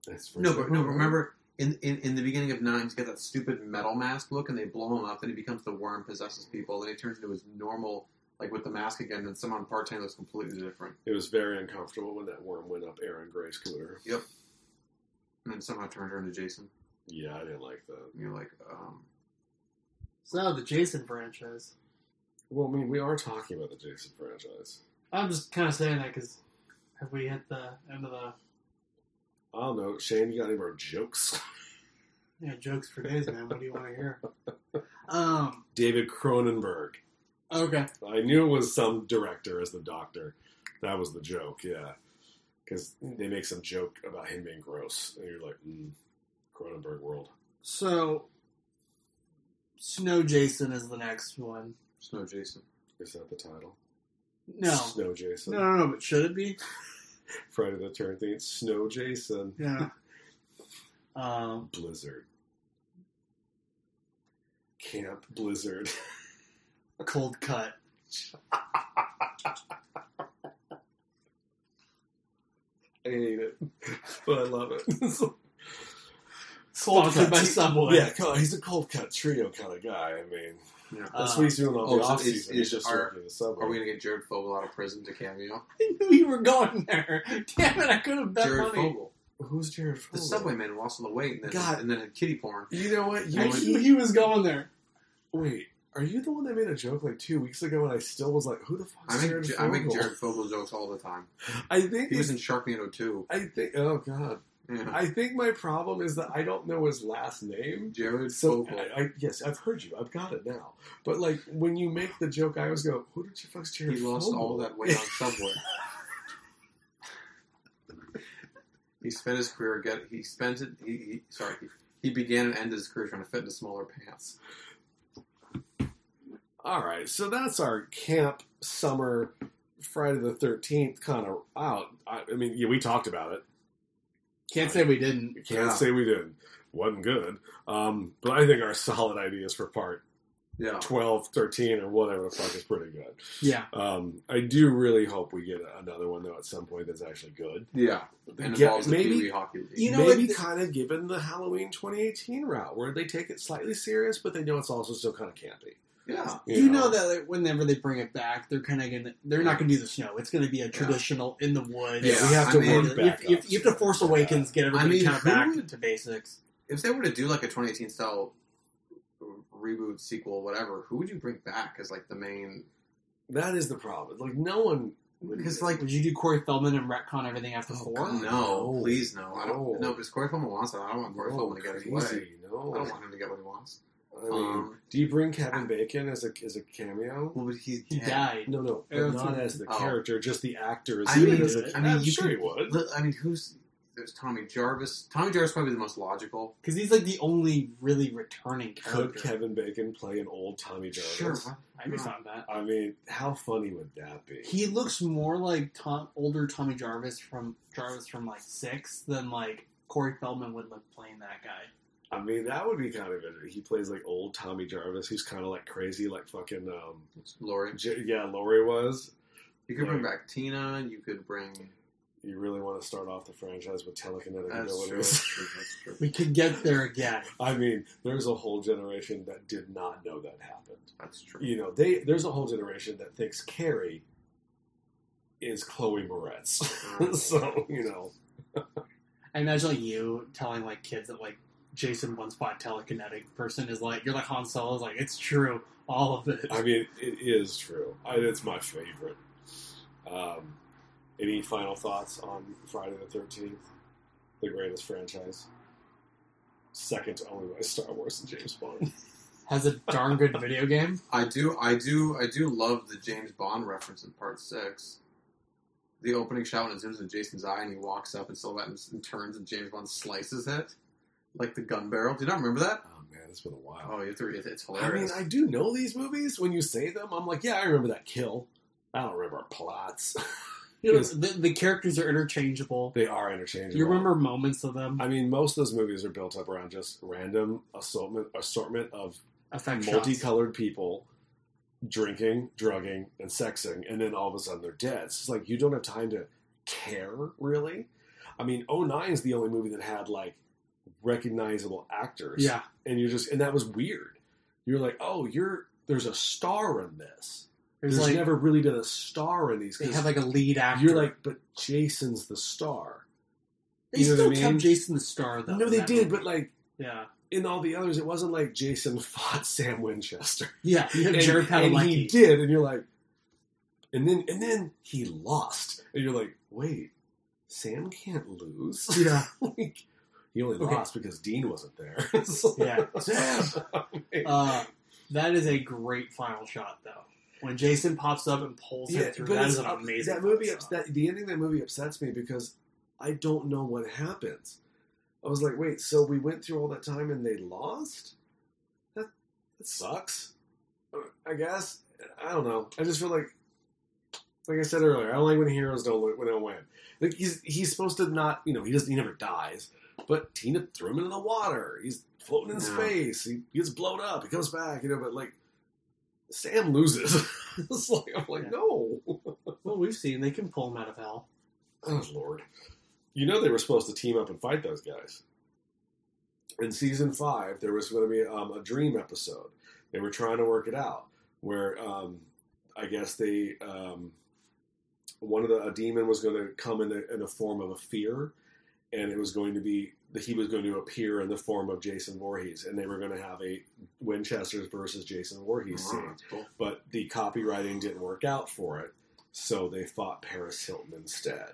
S1: It's Frank
S2: no, but no,
S1: Darabont.
S2: remember. In, in, in the beginning of Nine, he's got that stupid metal mask look, and they blow him up, and he becomes the worm, possesses people, then he turns into his normal, like with the mask again, and somehow in Part 10 he looks completely different.
S1: It was very uncomfortable when that worm went up Aaron Gray's cooter.
S2: and then somehow turned her into Jason.
S1: Yeah, I didn't like that.
S2: And you're like, um,
S3: It's now the Jason franchise.
S1: Well, I mean, we are talking about the Jason franchise.
S3: I'm just kind of saying that because have we hit the end of the
S1: I don't know, Shane. You got any more jokes? [laughs]
S3: you know, jokes for days, man? What do you want to hear? Um.
S1: David Cronenberg.
S3: Okay.
S1: I knew it was some director as the doctor. That was the joke. Yeah, because they make some joke about him being gross, and you're like, mm, Cronenberg world.
S3: So, Snow Jason is the next one.
S2: Snow Jason.
S1: Is that the title?
S3: No.
S1: Snow Jason.
S3: No, no, no. But should it be?
S1: Friday the 13th. Snow Jason. [laughs]
S3: Yeah. Um.
S1: Blizzard. Camp Blizzard. [laughs]
S3: Cold cut.
S1: I hate it, but I love it. [laughs]
S3: Sponsored by
S1: cut.
S3: Subway.
S1: yeah, co- he's a cold cut trio kind of guy. I mean,
S2: Yeah.
S1: that's
S3: Um,
S1: what he's doing all
S2: oh,
S1: the
S2: so
S1: off
S2: is-
S1: season. He's
S2: is-
S1: just
S2: are-
S1: working the subway.
S2: Are we gonna get Jared Fogle out of prison to cameo?
S3: [laughs] I knew you were going there. Damn it! I could have bet
S2: Jared
S3: money.
S2: Fogle,
S1: Who's Jared?
S2: the
S1: Fogle?
S2: Subway Man, who lost all the weight, and then
S1: God.
S2: and then had kitty porn.
S1: You know what? You,
S3: I
S2: Woman.
S3: knew he was going there.
S1: wait, are you the one that made a joke like two weeks ago? And I still was like, "Who the fuck?"
S2: I make
S1: Jared
S2: J- I make
S1: Fogle?
S2: Jared Fogle jokes all
S1: [laughs]
S2: the time.
S1: I think
S2: He was
S1: he's.
S2: in Sharknado 2.
S1: I think. Oh god.
S2: Yeah.
S1: I think my problem is that I don't know his last name.
S2: [laughs] Jared
S1: So
S2: Fogle.
S1: I, I, yes, I've heard you. I've got it now. But like when you make the joke, I always go, "Who did you fuck's
S2: He
S1: Jared?"
S2: lost
S1: Fogle?"
S2: all that weight
S1: [laughs]
S2: on Subway. he spent his career get he spent it he, he sorry he, he began and ended his career trying to fit into smaller pants.
S1: All right, so that's our camp summer Friday the Thirteenth kind of out. I, I mean, yeah, we talked about it.
S3: Can't say we didn't.
S1: Can't
S2: Yeah.
S1: say we didn't. wasn't good. Um, but I think our [laughs] solid ideas for part
S2: Yeah.
S1: 12, 13, or whatever the fuck is pretty good.
S3: Yeah.
S1: Um, I do really hope we get another one though at some point that's actually good.
S2: Yeah. And
S1: Yeah,
S2: involves the
S1: maybe-
S2: Pee Wee Hockey League.
S3: You know
S1: Maybe
S3: what?
S1: kind of given the Halloween 2018 route where they take it slightly serious, but they know it's also still kind of campy.
S2: yeah.
S3: You know that like, whenever they bring it back, they're kind of gonna they're not gonna do the snow. It's gonna be a traditional in the woods.
S2: Yeah,
S1: we have to
S2: I mean,
S1: work back.
S3: If, if,
S1: up
S3: if the Force
S1: that.
S3: Awakens get everybody
S2: I mean,
S3: kind of
S2: who
S3: back
S2: would-
S3: to basics,
S2: If they were to do like a 2018 style reboot, sequel, whatever, who would you bring back as like the main?
S1: that is the problem. Like no one
S2: Because like
S3: would you do Corey Feldman and retcon everything after
S1: Oh,
S3: four?
S1: God.
S2: No,
S1: No.
S2: please no. I
S1: No.
S2: don't. No, because Corey Feldman wants it. I don't want Corey
S1: no,
S2: Feldman to get his way.
S1: crazy, no.
S2: I don't want him to get what he wants.
S1: I mean,
S2: Um,
S1: do you bring Kevin Bacon as a as a cameo?
S2: Well, but he's
S3: He
S2: dead.
S3: died.
S1: No, no, but
S3: Errol
S1: not
S3: Flynn.
S1: as the
S2: Oh.
S1: character, just the actor. As
S2: I
S1: I mean,
S2: mean,
S1: as a,
S2: I mean,
S1: am
S2: you
S1: sure
S2: could-
S1: he would.
S2: Look, I mean, who's there's Tommy Jarvis? Tommy Jarvis is probably the most logical.
S3: Because he's like the only really returning
S1: Could
S3: character.
S1: Kevin Bacon play an old Tommy Jarvis?
S2: Sure, why-
S3: I'd be fine with that.
S1: I mean, how funny would that be?
S3: He looks more like Tom, older Tommy Jarvis from Jarvis from like six than like Corey Feldman would look playing that guy.
S1: I mean, that would be kind of interesting. He plays like old Tommy Jarvis, who's kind of like crazy, like fucking um,
S2: Lori.
S1: J- yeah, Lori was.
S2: You could bring back Tina. You could bring.
S1: You really want to start off the franchise with telekinetic
S2: That's true.
S1: abilities?
S2: That's true. That's true.
S3: We could get there again.
S1: [laughs] I mean, there's a whole generation that did not know that happened.
S2: That's true.
S1: [laughs] You know, they there's a whole generation that thinks Carrie is Chloe Moretz. [laughs] so you know,
S3: I imagine like you telling like kids that like Jason once fought telekinetic person is like you're like Han Solo is like it's true all of it.
S1: I mean, it is true. I, it's my favorite. Um, any final thoughts on Friday the Thirteenth, the greatest franchise, second to only by Star Wars and James Bond?
S3: Has a darn good video game.
S2: I do, I do, I do love the James Bond reference in Part Six. The opening shot when it zooms in Jason's eye and he walks up and Sylvetans and turns and James Bond slices it like the gun barrel. Do you not remember that?
S1: Oh man, it's been a while.
S2: Oh, you have to. It, it's
S1: I mean,
S2: hilarious.
S1: I do know these movies. When you say them, I'm like, yeah, I remember that kill. I don't remember plots. [laughs]
S3: You
S1: [laughs]
S3: know,
S1: Yes.
S3: the, the characters are interchangeable.
S1: they are interchangeable.
S3: You remember moments of them.
S1: I mean, most of those movies are built up around just random assortment assortment of
S3: Effect shots.
S1: multicolored people drinking, drugging, and sexing, and then all of a sudden they're dead. So it's like you don't have time to care, really. I mean, 09 is the only movie that had like recognizable actors.
S3: Yeah,
S1: And you're just, and that was weird. You're like, oh, you're, there's a star in this.
S3: there's,
S1: there's
S3: like
S1: never really been a star in these.
S3: they
S1: 'cause
S3: had like a lead actor.
S1: you're like, but Jason's the star.
S3: they
S1: you know
S3: still
S1: what I mean?
S3: kept Jason the star though.
S1: no,
S3: in
S1: they
S3: that
S1: did,
S3: movie.
S1: but like
S3: yeah,
S1: in all the others, it wasn't like Jason [laughs] fought Sam Winchester.
S3: yeah. You have
S1: and,
S3: Jared
S1: and he
S3: Padalecki.
S1: did, and you're like, and then and then he lost, and you're like, wait, Sam can't lose. [laughs]
S3: Yeah,
S1: like, he only
S3: Okay.
S1: lost because Dean wasn't there. [laughs] So-
S3: yeah. [laughs] Uh, that is a great final shot though. When Jason pops up and pulls
S1: Yeah,
S3: him through,
S1: but
S3: that
S1: it's-
S3: is an amazing.
S1: That
S3: final
S1: movie,
S3: shot.
S1: ups- that, the ending of that movie upsets me because I don't know what happens. I was like, wait, so we went through all that time and they lost? That that sucks. I guess I don't know. I just feel like, like I said earlier, I don't like when heroes don't win- when they don't win. Like he's he's supposed to not, you know, he doesn't he never dies. But Tina threw him into the water. He's floating in
S2: Yeah.
S1: space. He gets blown up. He comes back, you know. But like, Sam loses. [laughs] it's like I'm like,
S3: Yeah.
S1: no.
S3: Well, we've seen they can pull him out of hell.
S1: Oh Lord! You know they were supposed to team up and fight those guys. In season five, there was going to be um, a dream episode. They were trying to work it out where um, I guess they um, one of the a demon was going to come in a, in a form of a fear, and it was going to be that he was going to appear in the form of Jason Voorhees, and they were going to have a Winchester's versus Jason Voorhees
S2: Oh,
S1: scene
S2: that's cool.
S1: but the copywriting didn't work out for it, so they fought Paris Hilton instead.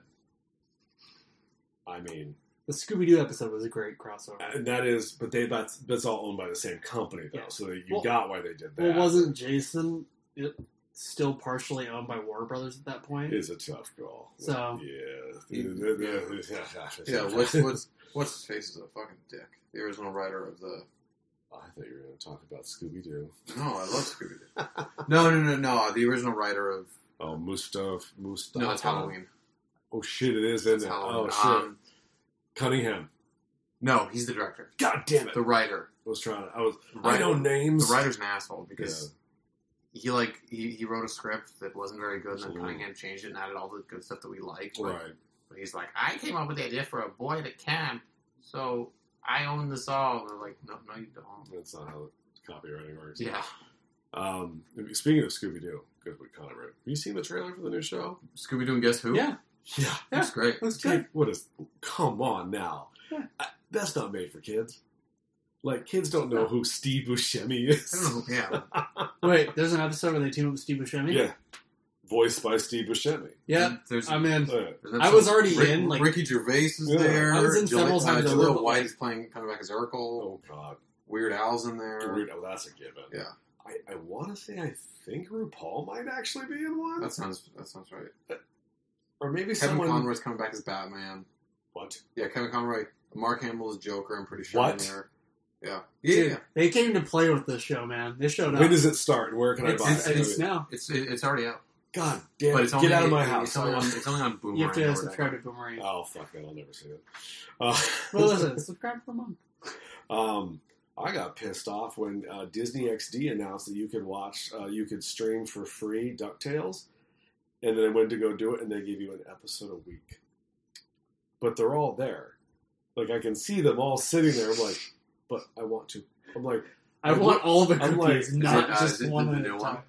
S1: I mean,
S3: The Scooby Doo episode was a great crossover.
S1: and that is, but they that's that's all owned by the same company though,
S3: Yeah.
S1: so you
S3: Well-
S1: got why they did that.
S3: well, wasn't Jason it, still partially owned by Warner Brothers at that point?
S1: It's a tough call.
S3: So-
S1: yeah, [laughs]
S2: Yeah, what's [laughs] what's what's his face is a fucking dick. The original writer of the
S1: I thought you were going to talk about Scooby Doo.
S2: no, I love Scooby Doo. [laughs] No, no, no, no. The original writer of
S1: Oh, Mustaf, Mustaf.
S2: no, it's Halloween.
S1: Oh shit, it is, isn't
S2: It's Um,
S1: it?
S2: Halloween.
S1: Oh shit,
S2: Um,
S1: Cunningham.
S2: No, he's the director,
S1: God damn it!
S2: the writer.
S1: I was trying. To, I was.
S2: The
S1: I
S2: writer.
S1: know
S2: The
S1: names.
S2: writer's an asshole because he like he, he wrote a script that wasn't very good, and then
S1: Absolutely.
S2: Cunningham changed it and added all the good stuff that we liked. But,
S1: Right.
S2: but he's like, I came up with the idea for a boy to camp, so I own this all. And they're like, No, no, you don't.
S1: That's not how copywriting works.
S2: Yeah,
S1: Um, speaking of Scooby Doo, good with Connor. Have you seen the trailer for the new show?
S2: Scooby Doo and Guess Who?
S3: Yeah.
S1: Yeah.
S2: that's great.
S3: Looks
S1: Dude,
S3: good.
S1: What is? Come on now.
S3: Yeah.
S1: I- that's not made for kids. Like kids don't know
S2: No.
S1: who Steve Buscemi
S2: I
S1: [laughs] is.
S2: don't know who yeah.
S3: Oh, Wait, there's an episode where they team up with Steve Buscemi.
S1: yeah. Voiced by Steve Buscemi.
S3: yeah,
S2: There's,
S3: I'm in.
S1: Uh,
S2: there's an
S3: I was
S2: episode-
S3: already
S2: Rick-
S3: in, like-
S2: Ricky Gervais is
S1: Yeah.
S2: there.
S3: I was in several
S2: Gillette-
S3: times
S2: Uh,
S3: a
S2: Jaleel
S3: little bit.
S2: White is playing coming back as Urkel.
S1: oh God.
S2: Weird Al's in there.
S1: Weird. Oh, that's a given.
S2: Yeah.
S1: I, I want to say I think RuPaul might actually be in one,
S2: That sounds that sounds right.
S1: or maybe
S2: Kevin
S1: someone.
S2: Conroy's coming back as Batman.
S1: What?
S2: Yeah, Kevin Conroy. Mark Hamill is Joker. I'm pretty sure.
S1: What?
S2: In there. Yeah. Yeah.
S3: Dude,
S2: yeah.
S3: they came to play with this show, man. They showed up.
S1: When does it start? and Where can
S3: it's,
S1: I buy
S3: it's,
S1: it?
S3: it's now.
S2: It's it, it's already out,
S1: God damn!
S2: but
S1: it.
S2: it's
S1: Get
S2: only,
S1: out of my
S2: it-
S1: house.
S2: It's only on,
S1: [laughs]
S2: it's only on Boomerang.
S3: You have
S2: or
S3: to
S2: whatever.
S3: subscribe to Boomerang.
S1: Oh fuck it! I'll never see it. Uh,
S3: Well, listen, subscribe for a month.
S1: [laughs] Um, I got pissed off when uh, Disney XD announced that you could watch, uh, you could stream for free DuckTales, and then I went to go do it, and they give you an episode a week. But they're all there, like I can see them all sitting there. I'm like, but I want to. I'm like,
S3: I
S1: I'm
S3: want all the
S1: I'm like-
S3: cookies,
S2: Is it,
S3: not
S2: uh,
S3: just
S2: is it
S3: one
S2: the
S3: at a
S2: new
S3: time.
S2: one?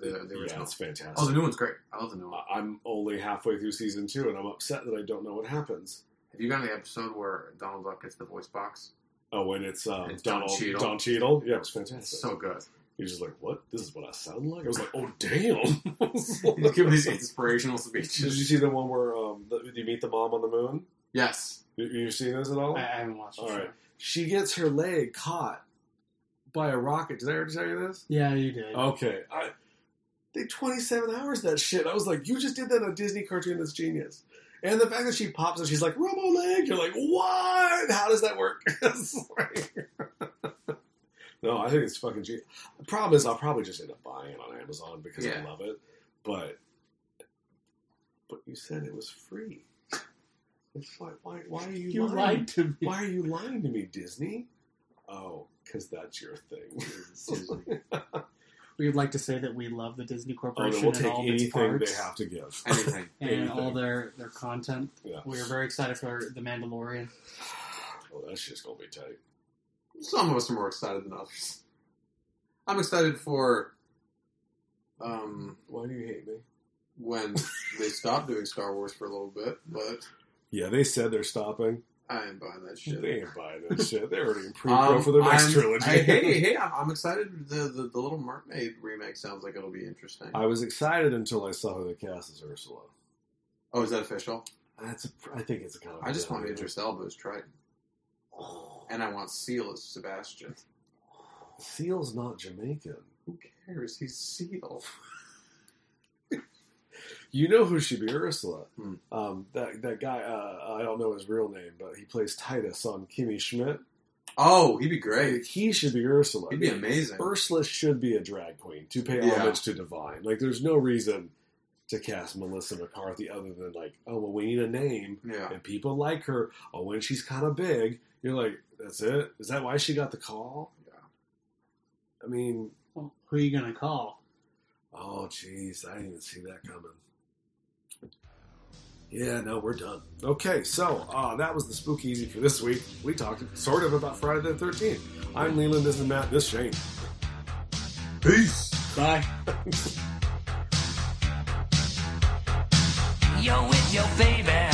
S2: The, the
S1: yeah,
S2: original.
S1: it's fantastic.
S2: oh, the new one's great. I love the new one.
S1: I- I'm only halfway through season two, and I'm upset that I don't know what happens.
S2: Have you gotten the episode where Donald Duck gets the voice box?
S1: Oh, and it's, um,
S2: It's Don
S1: Donald Don
S2: Cheadle.
S1: Cheadle. Yeah, it was
S2: It's
S1: fantastic.
S2: so good. [laughs]
S1: He's just like, "What? This is what I sound like." I was like, "Oh, damn!" I was
S2: [laughs] He's
S1: like-
S2: giving these inspirational
S1: Did you
S2: speeches.
S1: see the one where um, the, you meet the mom on the moon? [laughs]
S2: Yes.
S1: You, you seen this at all?
S3: I, I haven't watched it.
S1: All right. She gets her leg caught by a rocket. Did I ever tell you this?
S3: Yeah, you did.
S1: Okay. I, they 27 hours that shit. I was like, you just did that on a Disney cartoon that's genius. And the fact that she pops and she's like, Robo leg. You're like, what? How does that work? [laughs] It's like- [laughs] no, I think it's fucking genius. The problem is, I'll probably just end up buying it on Amazon because
S2: Yeah.
S1: I love it. But, but you said it was free. It's like, why, why are you,
S3: you
S1: lying?
S3: lied to me.
S1: Why are you lying to me, Disney? Oh, because that's your thing. [laughs]
S2: Seriously.
S3: We would like to say that we love the Disney
S1: Oh,
S3: Corporation
S1: no, we'll
S3: and
S1: take
S3: all of its
S1: anything
S3: parts
S1: they have to give.
S2: Anything.
S3: and
S1: anything.
S3: all their, their content.
S1: Yeah.
S3: We are
S1: [sighs]
S3: very excited for The Mandalorian.
S1: Well, that shit's gonna be tight.
S2: Some of us are more excited than others. I'm excited for um,
S1: Why do you hate me?
S2: when they stop doing Star Wars for a little bit, but
S1: Yeah, they said they're stopping.
S2: I ain't buying that shit.
S1: They ain't buying that shit. They're already in pre-pro
S2: Um,
S1: for their next
S2: I'm-
S1: trilogy.
S2: I-
S1: [laughs]
S2: hey, hey, I'm, I'm excited. The, the the Little Mermaid remake sounds like it'll be interesting.
S1: I was excited until I saw who the cast is Ursula.
S2: oh, is that official?
S1: That's a, I think it's a kind of.
S2: I just want Idris Elba as Triton, and I want Seal as Sebastian.
S1: Seal's not Jamaican.
S2: Who cares?
S1: [laughs]
S2: He's Seal.
S1: You know who should be Ursula?
S2: Hmm.
S1: Um, that that guy. Uh, I don't know his real name, but he plays Titus on Kimmy Schmidt.
S2: Oh, he'd be great.
S1: He should be Ursula.
S2: He'd be amazing.
S1: Ursula should be a drag queen to pay
S2: Yeah.
S1: homage to Divine. Like, there's no reason to cast Melissa McCarthy other than like, oh well, we need a name
S2: Yeah.
S1: and people like her. Oh, when she's kind of big, you're like, that's it. Is that why she got the call?
S2: Yeah.
S1: I mean,
S3: Well, who are you going to call?
S1: oh jeez, I didn't even see that coming. Yeah, no, we're done. Okay, so uh, that was the spooky easy for this week. We talked sort of about Friday the 13th. I'm Leland, this is Matt, this is Shane.
S2: Peace.
S3: Bye.
S4: You're with your baby.